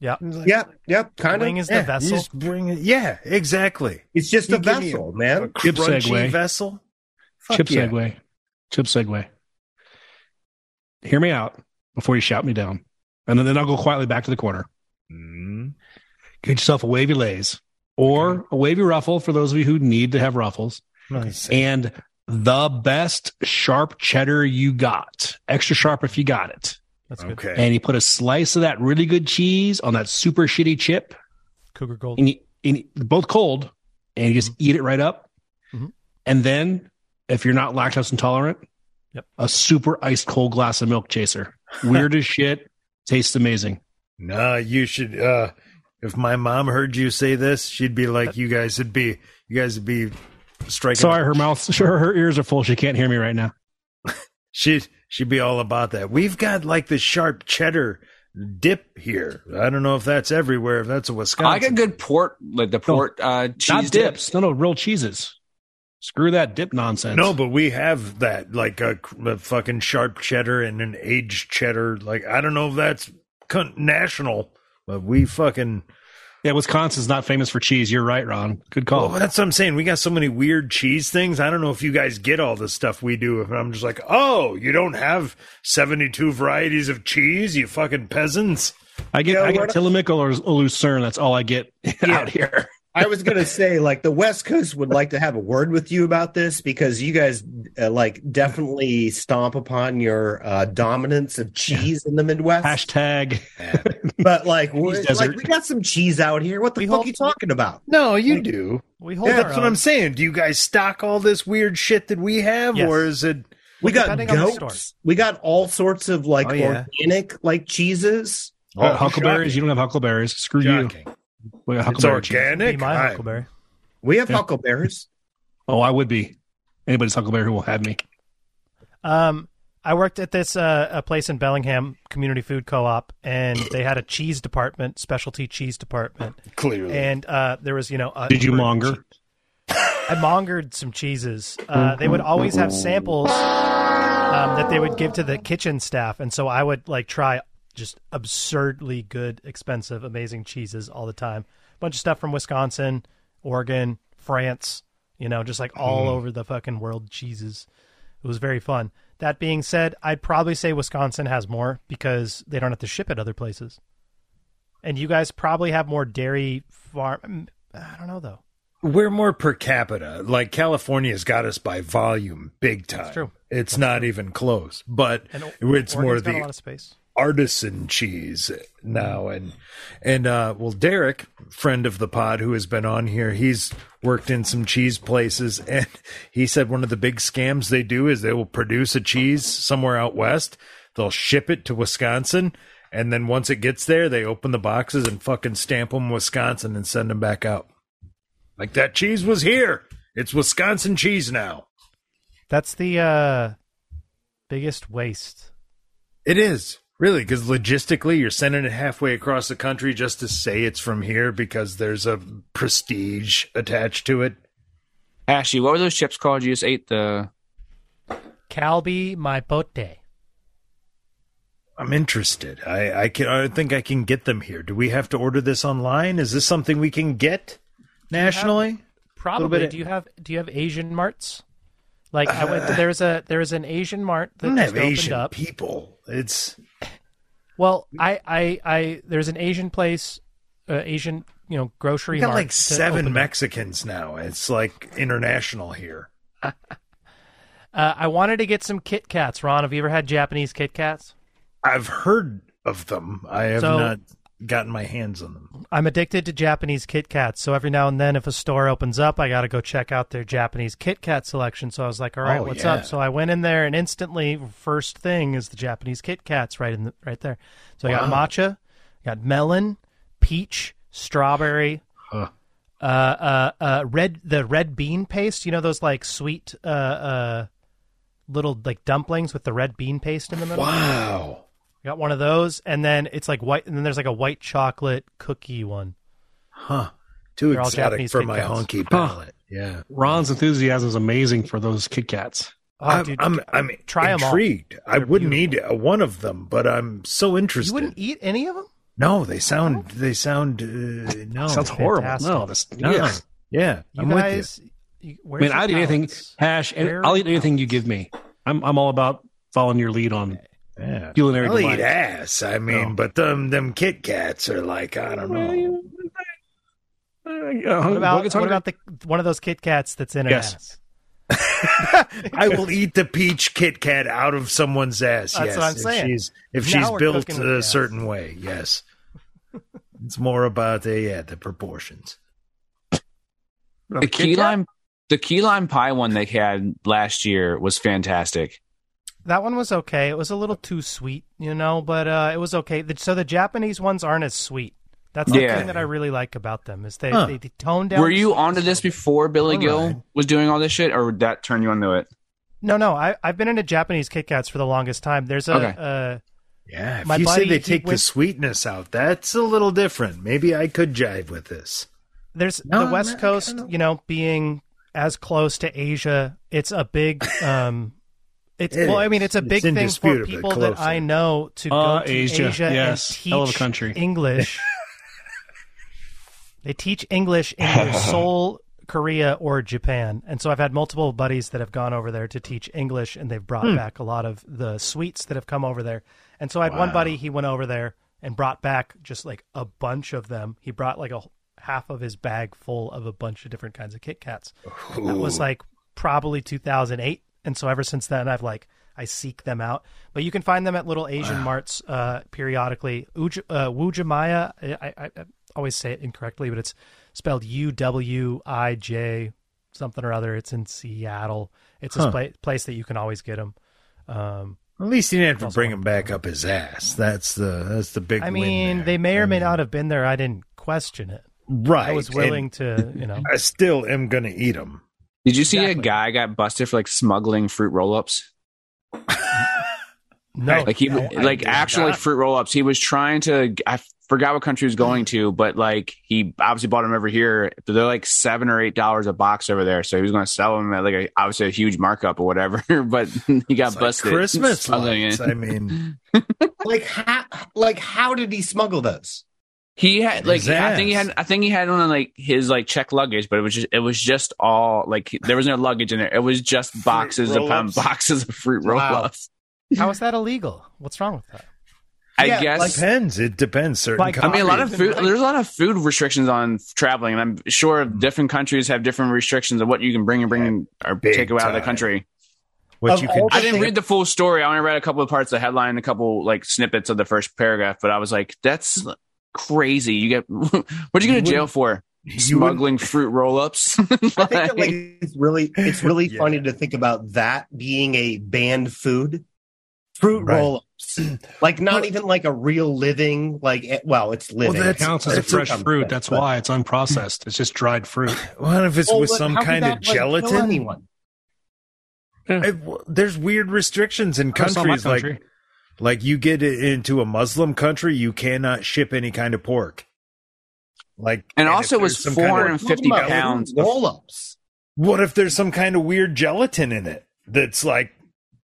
[SPEAKER 6] yeah.
[SPEAKER 4] Yep. Yep. Kind
[SPEAKER 6] Wing
[SPEAKER 4] of.
[SPEAKER 6] is
[SPEAKER 2] Yeah,
[SPEAKER 6] the
[SPEAKER 2] you
[SPEAKER 6] vessel.
[SPEAKER 2] just bring it. Yeah, exactly.
[SPEAKER 4] It's just
[SPEAKER 2] You
[SPEAKER 4] a
[SPEAKER 2] give me
[SPEAKER 4] vessel,
[SPEAKER 2] A
[SPEAKER 4] man.
[SPEAKER 3] Chip
[SPEAKER 2] crunchy
[SPEAKER 3] segue.
[SPEAKER 2] vessel. Fuck
[SPEAKER 3] Chip
[SPEAKER 2] yeah.
[SPEAKER 3] segue. Chip segue. Hear me out before you shout me down. And then, then I'll go quietly back to the corner.
[SPEAKER 2] Mm.
[SPEAKER 3] Get yourself a wavy lays or a wavy ruffle for those of you who need to have ruffles.
[SPEAKER 2] Nice.
[SPEAKER 3] And the best sharp cheddar you got. Extra sharp if you got it.
[SPEAKER 6] That's good.
[SPEAKER 2] Okay.
[SPEAKER 3] And you put a slice of that really good cheese on that super shitty chip
[SPEAKER 6] Cougar Gold.
[SPEAKER 3] and, you, and you- both cold and you just
[SPEAKER 2] Mm-hmm.
[SPEAKER 3] eat it right up.
[SPEAKER 6] Mhm.
[SPEAKER 3] And then if you're not lactose intolerant,
[SPEAKER 6] Yep.
[SPEAKER 3] a super ice cold glass
[SPEAKER 2] [laughs]
[SPEAKER 3] of milk chaser. Weird as shit. Tastes amazing.
[SPEAKER 2] Nah, you should. uh If my mom heard you say this, she'd be like, "You guys would be, you guys would be striking."
[SPEAKER 3] Sorry, her mouth, [laughs] sure, her ears are full. She can't hear me right now.
[SPEAKER 2] she'd she'd be all about that. We've got like the sharp cheddar dip here. I don't know if that's everywhere. If that's a Wisconsin,
[SPEAKER 5] I got good port, like the port uh,
[SPEAKER 3] Not dips.
[SPEAKER 5] cheese dips.
[SPEAKER 3] No, no, real cheeses. Screw that dip nonsense.
[SPEAKER 2] No, but we have that, like a, a fucking sharp cheddar and an aged cheddar. Like I don't know if that's con- national, but we fucking.
[SPEAKER 3] Yeah, Wisconsin's not famous for cheese. You're right, Ron. Good call.
[SPEAKER 2] Oh, that's what I'm saying. We got so many weird cheese things. I don't know if you guys get all the stuff we do. If I'm just like, oh, you don't have 72 varieties of cheese, you fucking peasants.
[SPEAKER 3] I get
[SPEAKER 4] Yeah,
[SPEAKER 3] I
[SPEAKER 4] what-
[SPEAKER 3] get Tillamook or Lucerne. That's all I get [laughs] out here.
[SPEAKER 4] I was
[SPEAKER 3] [laughs]
[SPEAKER 4] gonna say, like, the West Coast would like to have a word with you about this because you guys, uh, like, definitely stomp upon your uh, dominance of cheese in the Midwest.
[SPEAKER 3] Hashtag.
[SPEAKER 4] But like, we're,
[SPEAKER 3] Cheese desert.
[SPEAKER 4] like, we got some cheese out here. What the
[SPEAKER 6] We
[SPEAKER 4] fuck
[SPEAKER 6] hold-
[SPEAKER 4] are you talking about?
[SPEAKER 2] No, you do.
[SPEAKER 6] We hold
[SPEAKER 2] Yeah,
[SPEAKER 6] our
[SPEAKER 2] that's
[SPEAKER 6] own.
[SPEAKER 2] what I'm saying. Do you guys stock all this weird shit that we have,
[SPEAKER 6] Yes.
[SPEAKER 2] or is it?
[SPEAKER 4] We got
[SPEAKER 6] Depending on the
[SPEAKER 4] goats.
[SPEAKER 6] store.
[SPEAKER 4] We got all sorts of like
[SPEAKER 2] Oh, yeah.
[SPEAKER 4] organic like cheeses.
[SPEAKER 3] Uh, huckleberries. You don't have huckleberries. Screw
[SPEAKER 2] Oh, Shocking.
[SPEAKER 3] you. We got
[SPEAKER 2] It's
[SPEAKER 3] huckleberry cheese.
[SPEAKER 6] Be
[SPEAKER 2] organic.
[SPEAKER 6] my
[SPEAKER 2] I-
[SPEAKER 6] huckleberry.
[SPEAKER 4] We have
[SPEAKER 3] Yeah.
[SPEAKER 4] huckleberries.
[SPEAKER 3] Oh, I would be. Anybody's huckleberry who will have me.
[SPEAKER 6] Um, I worked at this uh, a place in Bellingham Community Food Co-op, and they had a cheese department, specialty cheese department,
[SPEAKER 2] clearly.
[SPEAKER 6] and uh, there was you know. A,
[SPEAKER 3] Did you monger?
[SPEAKER 6] I mongered some cheeses. Uh, they would always have samples um, that they would give to the kitchen staff, and so I would like try just absurdly good, expensive, amazing cheeses all the time. Bunch of stuff from Wisconsin, Oregon, France. You know, just like all over the fucking world cheeses. It was very fun. That being said, I'd probably say Wisconsin has more because they don't have to ship it other places. And you guys probably have more dairy farm. I don't know though.
[SPEAKER 2] We're more per capita. Like California's got us by volume, big time.
[SPEAKER 6] true.
[SPEAKER 2] It's not even close. But
[SPEAKER 6] And O-
[SPEAKER 2] it's more
[SPEAKER 6] Oregon's got a
[SPEAKER 2] the
[SPEAKER 6] lot of space.
[SPEAKER 2] artisan cheese now and and uh well derek friend of the pod who has been on here he's worked in some cheese places [laughs] and he said one of the big scams they do is they will produce a cheese somewhere out west they'll ship it to wisconsin and then once it gets there they open the boxes and fucking stamp them wisconsin and send them back out like that cheese was here it's wisconsin cheese now
[SPEAKER 6] That's the uh, biggest waste.
[SPEAKER 2] It is really because logistically, you're sending it halfway across the country just to say it's from here because there's a prestige attached to it.
[SPEAKER 5] Ashley, what were those chips called? You just ate the
[SPEAKER 6] Calbi my pote.
[SPEAKER 2] I'm interested. I I can I think I can get them here. Do we have to order this online? Is this something we can get nationally? Little
[SPEAKER 6] Probably.
[SPEAKER 2] bit-
[SPEAKER 6] Do you have Do you have Asian marts? Like I went. There's a there's an Asian mart
[SPEAKER 2] I
[SPEAKER 6] that
[SPEAKER 2] don't
[SPEAKER 6] just
[SPEAKER 2] have
[SPEAKER 6] opened
[SPEAKER 2] Uh, Asian
[SPEAKER 6] up.
[SPEAKER 2] people. It's
[SPEAKER 6] Well, I, I I there's an Asian place, uh, Asian you know grocery.
[SPEAKER 2] we got
[SPEAKER 6] mart
[SPEAKER 2] like
[SPEAKER 6] that
[SPEAKER 2] seven
[SPEAKER 6] opened up.
[SPEAKER 2] Mexicans now. It's like international here.
[SPEAKER 6] Uh, I wanted to get some Kit Kats. Ron, have you ever had Japanese Kit Kats?
[SPEAKER 2] I've heard of them. I have
[SPEAKER 6] So-
[SPEAKER 2] not gotten my hands on them.
[SPEAKER 6] I'm addicted to Japanese Kit Kats, so every now and then, if a store opens up, I got to go check out their Japanese Kit Kat selection. So I was like, "All right,
[SPEAKER 2] Oh,
[SPEAKER 6] what's
[SPEAKER 2] yeah.
[SPEAKER 6] up?" So I went in there, and instantly, first thing is the Japanese Kit Kats right in the, right there. So I got matcha, got melon, peach, strawberry, uh, uh, uh, red the red bean paste. You know those like sweet uh, uh, little like dumplings with the red bean paste in the middle.
[SPEAKER 2] Wow.
[SPEAKER 6] I got one of those, and then it's like white, and then there's like a white chocolate cookie one.
[SPEAKER 2] Too
[SPEAKER 6] They're all
[SPEAKER 2] exotic
[SPEAKER 6] Japanese
[SPEAKER 2] for
[SPEAKER 6] Kit
[SPEAKER 2] my
[SPEAKER 6] Kats.
[SPEAKER 2] honky palate. Yeah.
[SPEAKER 3] Ron's enthusiasm is amazing for those Kit Kats.
[SPEAKER 6] Oh,
[SPEAKER 2] I'm,
[SPEAKER 6] dude,
[SPEAKER 2] I'm, I'm
[SPEAKER 6] try 'em all.
[SPEAKER 2] intrigued. I
[SPEAKER 6] They're
[SPEAKER 2] wouldn't eat uh, one of them, but I'm so
[SPEAKER 6] You
[SPEAKER 2] interested.
[SPEAKER 6] wouldn't eat any of them?
[SPEAKER 2] no, they sound they sound uh, no.
[SPEAKER 3] Sounds horrible.
[SPEAKER 6] fantastic.
[SPEAKER 3] No, that's
[SPEAKER 2] no.
[SPEAKER 3] yes.
[SPEAKER 2] Yeah,
[SPEAKER 6] You
[SPEAKER 2] I'm with
[SPEAKER 6] guys, you-
[SPEAKER 3] I
[SPEAKER 6] where's
[SPEAKER 3] mean,
[SPEAKER 6] your
[SPEAKER 3] I'd eat anything.
[SPEAKER 6] balance?
[SPEAKER 3] Hash. and
[SPEAKER 6] Where
[SPEAKER 3] I'll
[SPEAKER 6] is
[SPEAKER 3] eat anything you give me. I'm I'm all about following your lead on
[SPEAKER 2] you. Yeah.
[SPEAKER 3] culinary
[SPEAKER 2] I'll eat
[SPEAKER 3] delight.
[SPEAKER 2] ass. I mean,
[SPEAKER 3] No.
[SPEAKER 2] but them them Kit Kats are like I don't know.
[SPEAKER 6] What about, what about the one of those Kit Kats that's in an
[SPEAKER 3] Yes.
[SPEAKER 6] ass?
[SPEAKER 2] I will eat the peach Kit Kat out of someone's ass.
[SPEAKER 6] That's
[SPEAKER 2] yes,
[SPEAKER 6] what I'm
[SPEAKER 2] if
[SPEAKER 6] saying.
[SPEAKER 2] she's if
[SPEAKER 6] Now
[SPEAKER 2] she's
[SPEAKER 6] we're
[SPEAKER 2] built
[SPEAKER 6] cooking with
[SPEAKER 2] a
[SPEAKER 6] gas.
[SPEAKER 2] certain way. Yes, it's more about the yeah the proportions.
[SPEAKER 5] the key lime. The key lime pie one they had last year was fantastic.
[SPEAKER 6] That one was okay. It was a little too sweet, you know, but uh, it was okay. The, so the Japanese ones aren't as sweet. That's the
[SPEAKER 5] Yeah.
[SPEAKER 6] thing that I really like about them is they
[SPEAKER 2] Huh.
[SPEAKER 6] they tone down.
[SPEAKER 5] Were you onto this before Billy
[SPEAKER 2] All
[SPEAKER 5] Gill
[SPEAKER 2] right.
[SPEAKER 5] was doing all this shit, or would that turn you onto it?
[SPEAKER 6] No, no. I I've been into Japanese Kit Kats for the longest time. There's a.
[SPEAKER 5] Okay.
[SPEAKER 6] Uh,
[SPEAKER 2] Yeah, if
[SPEAKER 6] My
[SPEAKER 2] you
[SPEAKER 6] buddy,
[SPEAKER 2] say they
[SPEAKER 6] he
[SPEAKER 2] take the
[SPEAKER 6] went-
[SPEAKER 2] sweetness out, that's a little different. Maybe I could jive with this.
[SPEAKER 6] there's
[SPEAKER 2] No,
[SPEAKER 6] the
[SPEAKER 2] I'm
[SPEAKER 6] West
[SPEAKER 2] not-
[SPEAKER 6] Coast, you know, being as close to Asia, it's a big [laughs] um it's
[SPEAKER 2] It
[SPEAKER 6] well, I mean,
[SPEAKER 2] is.
[SPEAKER 6] it's a
[SPEAKER 2] It's
[SPEAKER 6] big thing for
[SPEAKER 2] indisputably
[SPEAKER 6] people
[SPEAKER 2] closer.
[SPEAKER 6] that I know to go
[SPEAKER 3] Uh,
[SPEAKER 6] to
[SPEAKER 3] Asia,
[SPEAKER 6] Asia,
[SPEAKER 3] yes.
[SPEAKER 6] and teach
[SPEAKER 3] Hell of a country. [laughs]
[SPEAKER 6] English. they teach English in either Seoul, Korea, or Japan, and so I've had multiple buddies that have gone over there to teach English, and they've
[SPEAKER 3] Hmm.
[SPEAKER 6] brought back a lot of the sweets that have come over there. And so I had one buddy; he went over there and brought back just like a bunch of them. He brought like a wh- half of his bag full of a bunch of different kinds of Kit Kats. That was like probably 2008, and so ever since then, I've like I seek them out. But you can find them at little Asian
[SPEAKER 2] Ah.
[SPEAKER 6] marts uh, periodically. Uj- uh, Wujimaya, I, I, I always say it incorrectly, but it's spelled U W I J something or other. It's in Seattle. It's
[SPEAKER 2] Huh.
[SPEAKER 6] a pla- place that you can always get them. Um,
[SPEAKER 2] At least he didn't have to bring him back up his ass. That's the that's the big.
[SPEAKER 6] I
[SPEAKER 2] win
[SPEAKER 6] mean,
[SPEAKER 2] there.
[SPEAKER 6] they may or may not have been there. I didn't question it.
[SPEAKER 2] Right.
[SPEAKER 6] I was
[SPEAKER 2] and
[SPEAKER 6] willing to,
[SPEAKER 2] [laughs]
[SPEAKER 6] you know.
[SPEAKER 2] I still am gonna eat him.
[SPEAKER 5] Did you see
[SPEAKER 6] Exactly.
[SPEAKER 5] a guy got busted for like smuggling fruit roll-ups?
[SPEAKER 6] No,
[SPEAKER 5] [laughs] Like he
[SPEAKER 6] no, I
[SPEAKER 5] like
[SPEAKER 6] did
[SPEAKER 5] actually
[SPEAKER 6] not.
[SPEAKER 5] fruit roll-ups. He was trying to. I forgot what country he was going to, but like he obviously bought them over here. They're like seven or eight dollars a box over there, so he was going to sell them at like a, obviously a huge markup or whatever. [laughs] But he got
[SPEAKER 2] It's like
[SPEAKER 5] busted.
[SPEAKER 2] Christmas
[SPEAKER 5] smuggling
[SPEAKER 2] lights.
[SPEAKER 5] it.
[SPEAKER 2] I
[SPEAKER 6] [laughs]
[SPEAKER 2] mean,
[SPEAKER 4] Like how? Like how did he smuggle those?
[SPEAKER 5] He had like
[SPEAKER 2] His
[SPEAKER 5] I think he
[SPEAKER 2] ass.
[SPEAKER 5] had I think he had one on like his like check luggage, but it was just it was just all like there was no luggage in there. It was just boxes upon
[SPEAKER 2] roll-ups.
[SPEAKER 5] boxes of fruit roll ups.
[SPEAKER 6] How is that illegal? What's wrong with that?
[SPEAKER 5] I
[SPEAKER 4] Yeah,
[SPEAKER 5] guess
[SPEAKER 2] depends. It depends. Certain.
[SPEAKER 6] Like,
[SPEAKER 5] I mean a lot
[SPEAKER 2] countries.
[SPEAKER 5] of food there's a lot of food restrictions on traveling, and I'm sure different countries have different restrictions of what you can bring and bring or
[SPEAKER 2] big
[SPEAKER 5] take away out of the
[SPEAKER 2] time.
[SPEAKER 5] country.
[SPEAKER 2] what
[SPEAKER 4] Of
[SPEAKER 2] you can.
[SPEAKER 4] all
[SPEAKER 5] I didn't read the full story. I only read a couple of parts of the headline and a couple like snippets of the first paragraph, but I was like, that's crazy. You get [laughs] what would you go to jail for?
[SPEAKER 2] you wouldn't-
[SPEAKER 5] Smuggling fruit roll [laughs] ups.
[SPEAKER 4] I think that, like it's really
[SPEAKER 3] [laughs]
[SPEAKER 4] it's really
[SPEAKER 2] Yeah.
[SPEAKER 4] funny to think about that being a banned food. Fruit
[SPEAKER 2] Right.
[SPEAKER 4] roll-ups, like not even like a real living. Like eh, well, it's living.
[SPEAKER 2] that's-
[SPEAKER 4] It
[SPEAKER 3] It counts as a
[SPEAKER 2] That's
[SPEAKER 3] fresh
[SPEAKER 4] something,
[SPEAKER 3] fruit. That's
[SPEAKER 4] but-
[SPEAKER 3] why it's unprocessed. It's just dried fruit.
[SPEAKER 2] What if it's
[SPEAKER 4] Well,
[SPEAKER 2] with
[SPEAKER 4] but
[SPEAKER 2] some
[SPEAKER 4] how could
[SPEAKER 2] kind
[SPEAKER 4] that,
[SPEAKER 2] of
[SPEAKER 4] like, kill
[SPEAKER 2] gelatin?
[SPEAKER 4] anyone?
[SPEAKER 2] I- w- there's weird restrictions in
[SPEAKER 3] That's not my
[SPEAKER 2] countries like
[SPEAKER 3] country.
[SPEAKER 2] like you get i- into a Muslim country, you cannot ship any kind of pork. Like,
[SPEAKER 5] And
[SPEAKER 2] if
[SPEAKER 5] also it was
[SPEAKER 2] there's some kind of-
[SPEAKER 5] 450
[SPEAKER 4] Talking about
[SPEAKER 5] pounds. of-
[SPEAKER 4] roll-ups.
[SPEAKER 2] what if there's some kind of weird gelatin in it that's like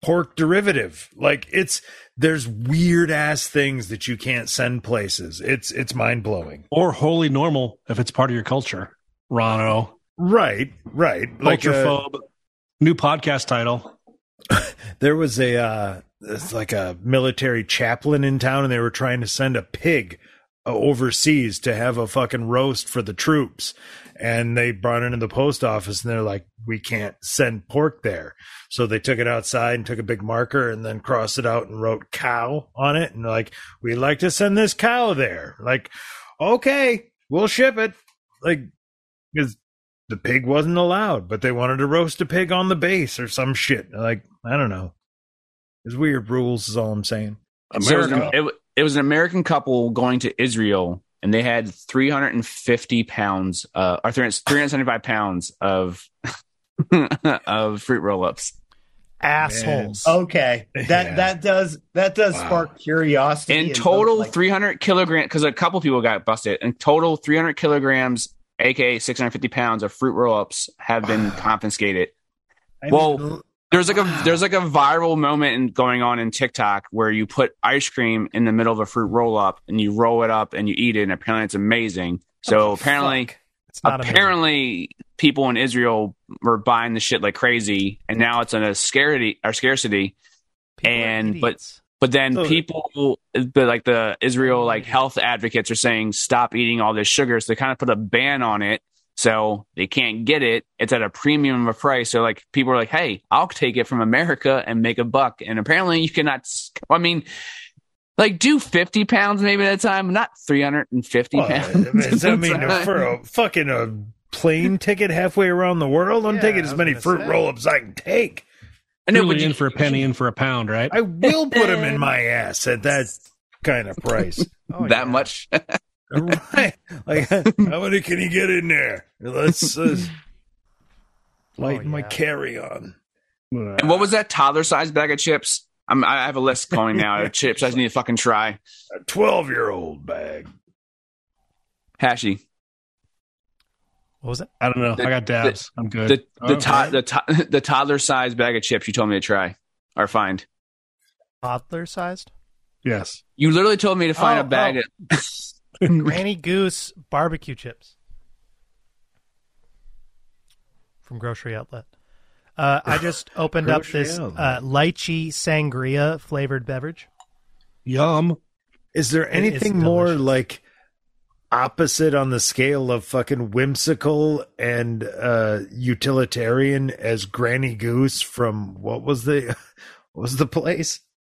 [SPEAKER 2] pork derivative? Like it's there's weird ass things that you can't send places. It's it's mind blowing.
[SPEAKER 3] or wholly normal if it's part of your culture. Rono,
[SPEAKER 2] Right, right. Like
[SPEAKER 3] culture
[SPEAKER 2] uh,
[SPEAKER 3] phobe. New podcast title.
[SPEAKER 2] there was a uh it's like a military chaplain in town and they were trying to send a pig uh, overseas to have a fucking roast for the troops and they brought it in the post office and they're like we can't send pork there so they took it outside and took a big marker and then crossed it out and wrote cow on it and like we'd like to send this cow there like okay we'll ship it like because the pig wasn't allowed, but they wanted to roast a pig on the base or some shit. Like I don't know. It's weird rules is all I'm saying.
[SPEAKER 5] So it, was an,
[SPEAKER 3] America.
[SPEAKER 5] it, w- it was an American couple going to Israel, and they had 350 pounds, uh, or 300 375 pounds of [laughs] of fruit roll ups.
[SPEAKER 6] Assholes.
[SPEAKER 3] [laughs]
[SPEAKER 5] Oh,
[SPEAKER 4] Okay, that
[SPEAKER 2] Yeah.
[SPEAKER 4] that does that does
[SPEAKER 2] Wow.
[SPEAKER 4] spark curiosity.
[SPEAKER 5] In
[SPEAKER 4] and
[SPEAKER 5] total,
[SPEAKER 4] like,
[SPEAKER 5] 300 kilograms, because a couple people got busted. In total, 300 kilograms, aka 650 pounds of fruit roll ups, have been confiscated.
[SPEAKER 2] I
[SPEAKER 5] Well,
[SPEAKER 2] mean,
[SPEAKER 5] There's like a there's like a viral moment in, going on in TikTok where you put ice cream in the middle of a fruit roll up and you roll it up and you eat it and apparently it's amazing. So apparently
[SPEAKER 6] it's not apparently.
[SPEAKER 5] apparently people in Israel were buying the shit like crazy and now it's on a scarcity or scarcity. and- but- But then
[SPEAKER 6] Oh,
[SPEAKER 2] So-
[SPEAKER 5] people the like the Israel like health advocates are saying stop eating all this sugar. So they kind of put a ban on it. So they can't get it. It's at a premium of a price. So like people are like, hey, I'll take it from America and make a buck. And apparently you cannot s- I mean like do fifty pounds maybe at a time, not three hundred and fifty
[SPEAKER 6] Oh,
[SPEAKER 2] well,
[SPEAKER 5] pounds.
[SPEAKER 2] I mean, so, I
[SPEAKER 5] at a
[SPEAKER 2] mean,
[SPEAKER 5] time.
[SPEAKER 2] for a fucking a plane ticket halfway around the world, I'm
[SPEAKER 6] Yeah,
[SPEAKER 2] taking
[SPEAKER 6] I
[SPEAKER 2] as
[SPEAKER 6] was
[SPEAKER 2] many
[SPEAKER 6] gonna
[SPEAKER 2] fruit
[SPEAKER 6] say.
[SPEAKER 2] roll ups I can take.
[SPEAKER 5] I know,
[SPEAKER 3] Truly
[SPEAKER 5] but you-
[SPEAKER 3] in for a penny, in for a pound, right?
[SPEAKER 2] I will put them in my ass at that kind of price.
[SPEAKER 6] [laughs] Oh,
[SPEAKER 5] that
[SPEAKER 6] [laughs] yeah.
[SPEAKER 5] much.
[SPEAKER 2] right. Like, how many can you get in there? Let's uh, lighten
[SPEAKER 6] Oh,
[SPEAKER 2] my carry on.
[SPEAKER 5] And what was that toddler sized bag of chips? I'm, I have a list going
[SPEAKER 6] [laughs]
[SPEAKER 5] now of chips I just need to fucking try.
[SPEAKER 2] A 12 year old bag.
[SPEAKER 5] Hashi.
[SPEAKER 6] What was that?
[SPEAKER 3] I don't know. I got dabs. I'm good. Oh,
[SPEAKER 5] The the, to- the, to- [laughs] the toddler sized bag of chips you told me to try or find.
[SPEAKER 6] Toddler sized?
[SPEAKER 3] yes.
[SPEAKER 5] You literally told me to find
[SPEAKER 6] Oh,
[SPEAKER 5] a bag
[SPEAKER 6] oh.
[SPEAKER 5] of
[SPEAKER 3] Mm,
[SPEAKER 6] Granny Goose barbecue chips from Grocery Outlet. Uh,
[SPEAKER 3] [laughs]
[SPEAKER 6] I just opened up
[SPEAKER 2] Grocery
[SPEAKER 6] this
[SPEAKER 2] Outlet.
[SPEAKER 6] uh, lychee sangria flavored beverage.
[SPEAKER 3] Yum.
[SPEAKER 2] Is there anything more
[SPEAKER 6] delicious.
[SPEAKER 2] like opposite on the scale of fucking whimsical and uh utilitarian as Granny Goose from what was the [laughs] what was the place?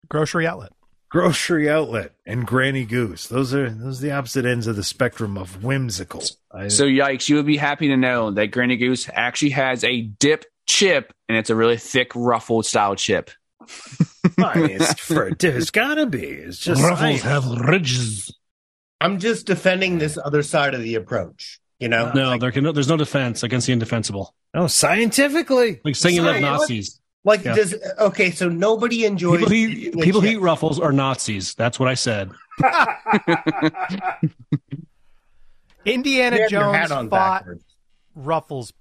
[SPEAKER 6] Grocery Outlet.
[SPEAKER 2] Grocery outlet and Granny Goose. Those are those are the opposite ends of the spectrum of whimsical. I,
[SPEAKER 5] So yikes, you would be happy to know that Granny Goose actually has a dip chip and it's a really thick ruffled style chip.
[SPEAKER 2] nice for it's gotta be. It's just
[SPEAKER 3] Ruffles
[SPEAKER 2] ruffles.
[SPEAKER 3] have ridges.
[SPEAKER 4] I'm just defending this other side of the approach. You know,
[SPEAKER 3] No, there can there's no defense against the indefensible.
[SPEAKER 2] no scientifically.
[SPEAKER 3] Like saying you love
[SPEAKER 4] Sorry, what?
[SPEAKER 3] Nazis.
[SPEAKER 4] like
[SPEAKER 3] Yeah.
[SPEAKER 4] does okay. So nobody enjoys
[SPEAKER 3] People who eat,
[SPEAKER 4] eating a
[SPEAKER 3] people who eat
[SPEAKER 4] chip.
[SPEAKER 3] ruffles are Nazis. That's what I said.
[SPEAKER 6] Indiana
[SPEAKER 4] You have your
[SPEAKER 6] Jones
[SPEAKER 4] hat on
[SPEAKER 6] fought
[SPEAKER 4] backwards.
[SPEAKER 3] [laughs]
[SPEAKER 6] Ruffles.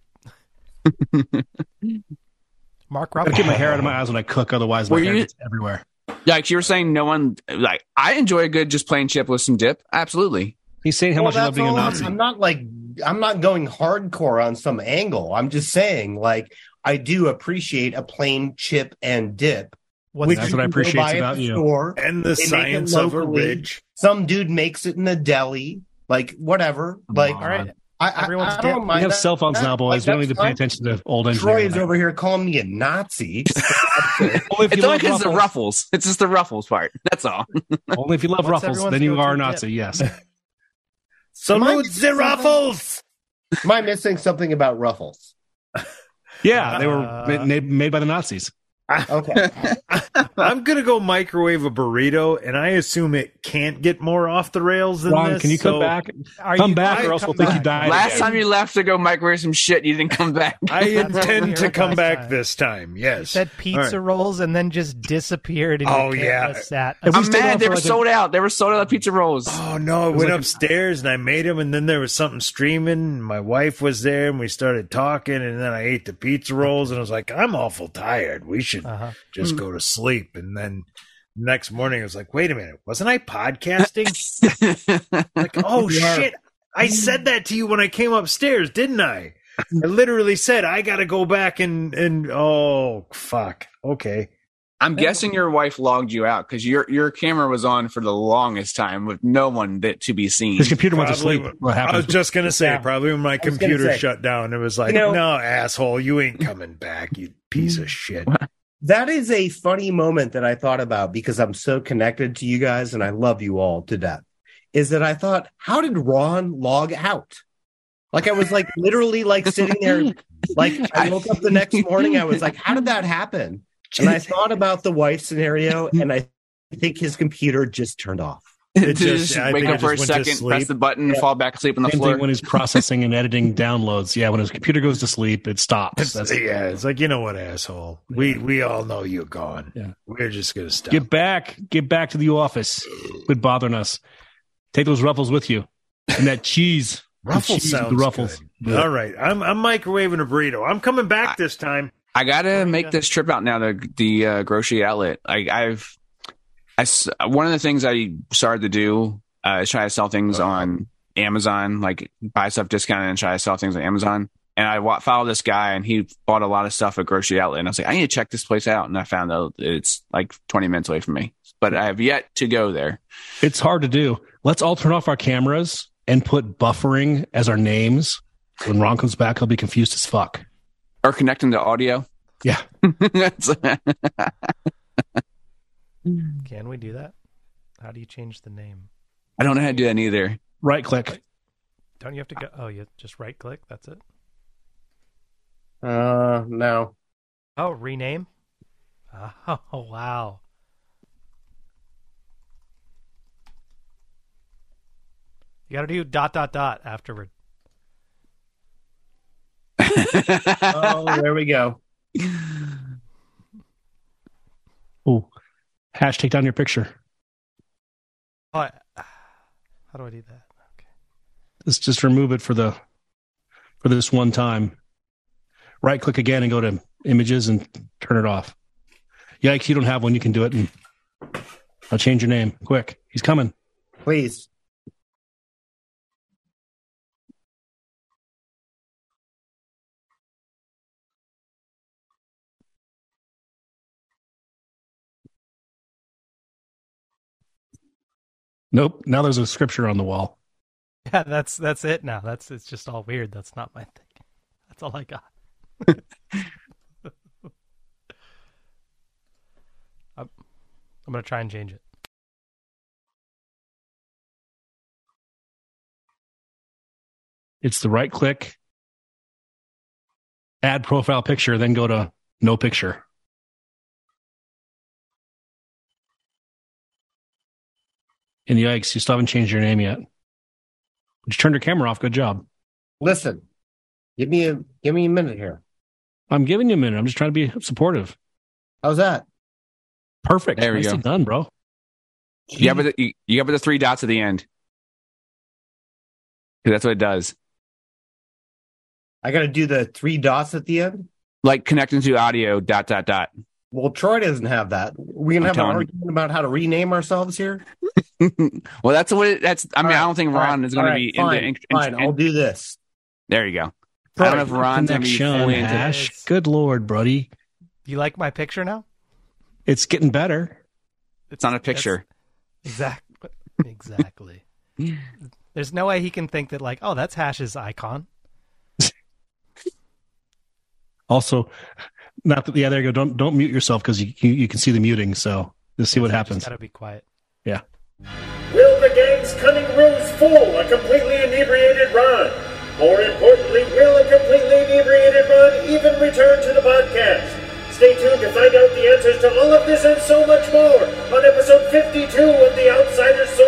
[SPEAKER 6] Mark
[SPEAKER 3] I
[SPEAKER 6] Ruffles.
[SPEAKER 3] get my hair out of my eyes when I cook, otherwise my
[SPEAKER 5] Were
[SPEAKER 3] hair
[SPEAKER 5] you-
[SPEAKER 3] gets everywhere.
[SPEAKER 5] Yikes, you were saying no one like I enjoy a good just plain chip with some dip. Absolutely.
[SPEAKER 3] He's saying how
[SPEAKER 4] Well,
[SPEAKER 3] much you love
[SPEAKER 4] that's
[SPEAKER 3] being a
[SPEAKER 4] all I'm-
[SPEAKER 3] Nazi.
[SPEAKER 4] I'm not like I'm not going hardcore on some angle. I'm just saying like I do appreciate a plain chip and dip.
[SPEAKER 6] What's
[SPEAKER 4] which
[SPEAKER 3] That's
[SPEAKER 6] that?
[SPEAKER 4] you
[SPEAKER 3] what I
[SPEAKER 4] can go
[SPEAKER 3] appreciate
[SPEAKER 4] buy at
[SPEAKER 3] about
[SPEAKER 4] the
[SPEAKER 3] you.
[SPEAKER 4] store.
[SPEAKER 2] And the
[SPEAKER 4] They make
[SPEAKER 2] science
[SPEAKER 4] it
[SPEAKER 2] of a
[SPEAKER 4] locally.
[SPEAKER 2] ridge.
[SPEAKER 4] Some dude makes it in a deli, like whatever. Like
[SPEAKER 6] All right.
[SPEAKER 4] I, I,
[SPEAKER 6] Everyone's
[SPEAKER 4] I
[SPEAKER 6] dip.
[SPEAKER 4] don't
[SPEAKER 3] we
[SPEAKER 4] mind.
[SPEAKER 3] have
[SPEAKER 4] that.
[SPEAKER 3] cell phones
[SPEAKER 4] That-
[SPEAKER 3] now, boys.
[SPEAKER 4] like,
[SPEAKER 3] we don't
[SPEAKER 4] that's
[SPEAKER 3] need to pay
[SPEAKER 4] fine.
[SPEAKER 3] attention to old
[SPEAKER 4] Troy
[SPEAKER 3] engineering.
[SPEAKER 4] is over here calling me a Nazi.
[SPEAKER 3] Only if you
[SPEAKER 5] It's only
[SPEAKER 3] love
[SPEAKER 5] because
[SPEAKER 3] ruffles.
[SPEAKER 5] the ruffles. It's just the ruffles part. That's all.
[SPEAKER 3] Only if you love
[SPEAKER 6] What's
[SPEAKER 3] ruffles,
[SPEAKER 6] everyone's
[SPEAKER 3] then you
[SPEAKER 6] go-to
[SPEAKER 3] are a
[SPEAKER 6] dip?
[SPEAKER 3] Nazi. Yes.
[SPEAKER 2] Salute
[SPEAKER 4] Am I-
[SPEAKER 2] the ruffles.
[SPEAKER 4] Am I missing something about ruffles?
[SPEAKER 3] Yeah, they were
[SPEAKER 6] Uh,
[SPEAKER 3] ma- made, made by the Nazis.
[SPEAKER 4] Okay.
[SPEAKER 2] I'm gonna go microwave a burrito, and I assume it can't get more off the rails than
[SPEAKER 3] Ron,
[SPEAKER 2] this.
[SPEAKER 3] can you come
[SPEAKER 2] so
[SPEAKER 3] back?
[SPEAKER 6] Are
[SPEAKER 3] Come
[SPEAKER 6] you-
[SPEAKER 3] back, or
[SPEAKER 6] I
[SPEAKER 3] else we'll
[SPEAKER 6] come
[SPEAKER 3] think you
[SPEAKER 6] back.
[SPEAKER 3] died.
[SPEAKER 5] Last
[SPEAKER 3] again.
[SPEAKER 5] time you left to go microwave some shit, you didn't come back.
[SPEAKER 2] I
[SPEAKER 5] [laughs]
[SPEAKER 6] That's what we
[SPEAKER 2] intend to
[SPEAKER 6] heard
[SPEAKER 2] come
[SPEAKER 6] last
[SPEAKER 2] back
[SPEAKER 6] time.
[SPEAKER 2] this time.
[SPEAKER 6] You
[SPEAKER 2] Yes.
[SPEAKER 6] said pizza
[SPEAKER 2] All
[SPEAKER 6] rolls and then just disappeared. And
[SPEAKER 2] Oh,
[SPEAKER 6] you
[SPEAKER 2] yeah.
[SPEAKER 6] Sat.
[SPEAKER 3] If we
[SPEAKER 5] I'm
[SPEAKER 3] stayed on
[SPEAKER 5] mad. They
[SPEAKER 3] for
[SPEAKER 5] were
[SPEAKER 3] like a-
[SPEAKER 5] sold out. They were sold out of
[SPEAKER 3] [laughs]
[SPEAKER 5] pizza rolls.
[SPEAKER 2] Oh no! I went upstairs and I made them, and then there was something streaming. and My wife was there, and we started talking, and then I ate the pizza rolls, and I was like, "I'm awful tired. We should
[SPEAKER 6] Uh-huh.
[SPEAKER 2] just go to sleep." And then next morning, I was like, "Wait a minute! Wasn't I
[SPEAKER 6] [laughs]
[SPEAKER 2] podcasting?" Like, oh shit. I said that to you when I came upstairs, didn't I? I literally said I gotta go back and and oh fuck. Okay.
[SPEAKER 5] I'm guessing your wife logged you out because your your camera was on for the longest time with no one that to be seen. [laughs]
[SPEAKER 3] his computer went to
[SPEAKER 2] Probably
[SPEAKER 3] sleep.
[SPEAKER 2] would-
[SPEAKER 3] What
[SPEAKER 2] I was
[SPEAKER 3] happened?
[SPEAKER 2] just gonna say
[SPEAKER 4] Yeah.
[SPEAKER 2] probably when my
[SPEAKER 4] was gonna
[SPEAKER 2] computer
[SPEAKER 4] say.
[SPEAKER 2] shut down, it was like,
[SPEAKER 4] You know-
[SPEAKER 2] no, asshole, you ain't coming back, you piece of shit.
[SPEAKER 4] That is a funny moment that I thought about because I'm so connected to you guys and I love you all to death. Is that I thought, how did Ron log out? Like I was like literally like sitting there, like I woke up the next morning, I was like, how did that happen? And I thought about the wife scenario and I think his computer just turned off.
[SPEAKER 5] Did
[SPEAKER 2] just-
[SPEAKER 5] just
[SPEAKER 2] I
[SPEAKER 5] wake
[SPEAKER 2] think
[SPEAKER 5] up
[SPEAKER 2] it
[SPEAKER 5] for a
[SPEAKER 2] just went to
[SPEAKER 5] second, press
[SPEAKER 2] sleep.
[SPEAKER 5] the button, and fall back asleep on the
[SPEAKER 3] Same
[SPEAKER 5] floor.
[SPEAKER 3] thing when he's processing and editing downloads. Yeah, when his computer goes to sleep, it stops. That's
[SPEAKER 2] yeah, it's like you know what, asshole. We we all know you're gone.
[SPEAKER 3] Yeah.
[SPEAKER 2] We're just gonna stop.
[SPEAKER 3] Get back, get back to the office. Quit bothering us. Take those ruffles with you, and
[SPEAKER 2] [laughs]
[SPEAKER 3] that cheese. The
[SPEAKER 2] Ruffles
[SPEAKER 3] cheese with
[SPEAKER 2] sounds
[SPEAKER 3] the ruffles.
[SPEAKER 2] good. All right, I'm I'm microwaving a burrito. I'm coming back this time.
[SPEAKER 5] I gotta make this trip out now to the uh, grocery outlet. I, I've, I s- one of the things I started to do uh, is try to sell things on Amazon, like buy stuff discounted and try to sell things on Amazon. And I wa- followed this guy, and he bought a lot of stuff at grocery outlet. And I was like, I need to check this place out. And I found out it's like 20 minutes away from me, but I have yet to go there.
[SPEAKER 3] It's hard to do. Let's all turn off our cameras and put buffering as our names. When Ron comes back, he'll be confused as fuck.
[SPEAKER 5] Or connecting to audio.
[SPEAKER 3] Yeah.
[SPEAKER 5] [laughs] That's-
[SPEAKER 6] Can we do that? How do you change the name?
[SPEAKER 5] I don't know how to do that either.
[SPEAKER 3] Right click.
[SPEAKER 6] Don't you have to go? Oh, you just right click. That's it.
[SPEAKER 4] Uh no.
[SPEAKER 6] Oh, rename. [laughs] Oh wow. You got to do dot dot dot afterward.
[SPEAKER 4] Oh, there we go.
[SPEAKER 3] Ooh. Hash, take down your picture.
[SPEAKER 6] Oh, I- [sighs] how do I do that?
[SPEAKER 3] Let's just remove it for the for this one time. Right click again and go to images and turn it off. Yikes, you don't have one. You can do it and I'll change your name. Quick. He's coming.
[SPEAKER 4] Please.
[SPEAKER 3] Nope. Now there's a scripture on the wall.
[SPEAKER 6] [laughs] Yeah, that's that's it now. That's it's just all weird. That's not my thing. That's all I got. [laughs] I'm, I'm gonna try and change it.
[SPEAKER 3] It's the right click, add profile picture, then go to no picture. And yikes, you still haven't changed your name yet. You turned your camera off. Good job.
[SPEAKER 4] Listen. Give me a give me a minute here.
[SPEAKER 3] I'm giving you a minute. I'm just trying to be supportive.
[SPEAKER 4] How's that?
[SPEAKER 3] Perfect.
[SPEAKER 5] There we
[SPEAKER 3] Nicely
[SPEAKER 5] go.
[SPEAKER 3] done, bro.
[SPEAKER 5] Yeah, but the, you, you got the three dots at the end. 'Cause that's what it does.
[SPEAKER 4] I gotta do the three dots at the end.
[SPEAKER 5] Like connecting to audio. Dot dot dot.
[SPEAKER 4] Well, Troy doesn't have that. We're gonna
[SPEAKER 5] I'm
[SPEAKER 4] have an
[SPEAKER 5] telling you.
[SPEAKER 4] argument about how to rename ourselves here.
[SPEAKER 5] well, that's what it, that's. I mean, I don't think
[SPEAKER 4] All right,
[SPEAKER 5] Ron is going
[SPEAKER 4] all
[SPEAKER 5] to
[SPEAKER 4] right,
[SPEAKER 5] be into.
[SPEAKER 4] fine.
[SPEAKER 5] in- in-
[SPEAKER 4] fine,
[SPEAKER 5] in-
[SPEAKER 4] I'll do this.
[SPEAKER 5] there you go. I don't know if Ron's going to be
[SPEAKER 3] Connection,
[SPEAKER 5] fully into.
[SPEAKER 3] Hash.
[SPEAKER 6] Yes.
[SPEAKER 3] Good lord, buddy.
[SPEAKER 6] Do you like my picture now?
[SPEAKER 3] It's getting better.
[SPEAKER 5] It's not a picture.
[SPEAKER 6] Exactly. Exactly. There's no way he can think that like, oh, that's Hash's icon.
[SPEAKER 3] Also, not that, yeah, there you go. Don't don't mute yourself because you, you you can see the muting. So let's see what
[SPEAKER 6] I
[SPEAKER 3] happens.
[SPEAKER 6] just Gotta be quiet.
[SPEAKER 3] Yeah.
[SPEAKER 9] Will the game's coming rooms full, a completely inebriated Ron. More importantly, will a completely inebriated Ron even return to the podcast? Stay tuned to find out the answers to all of this and so much more on episode 52 of the Outsider Social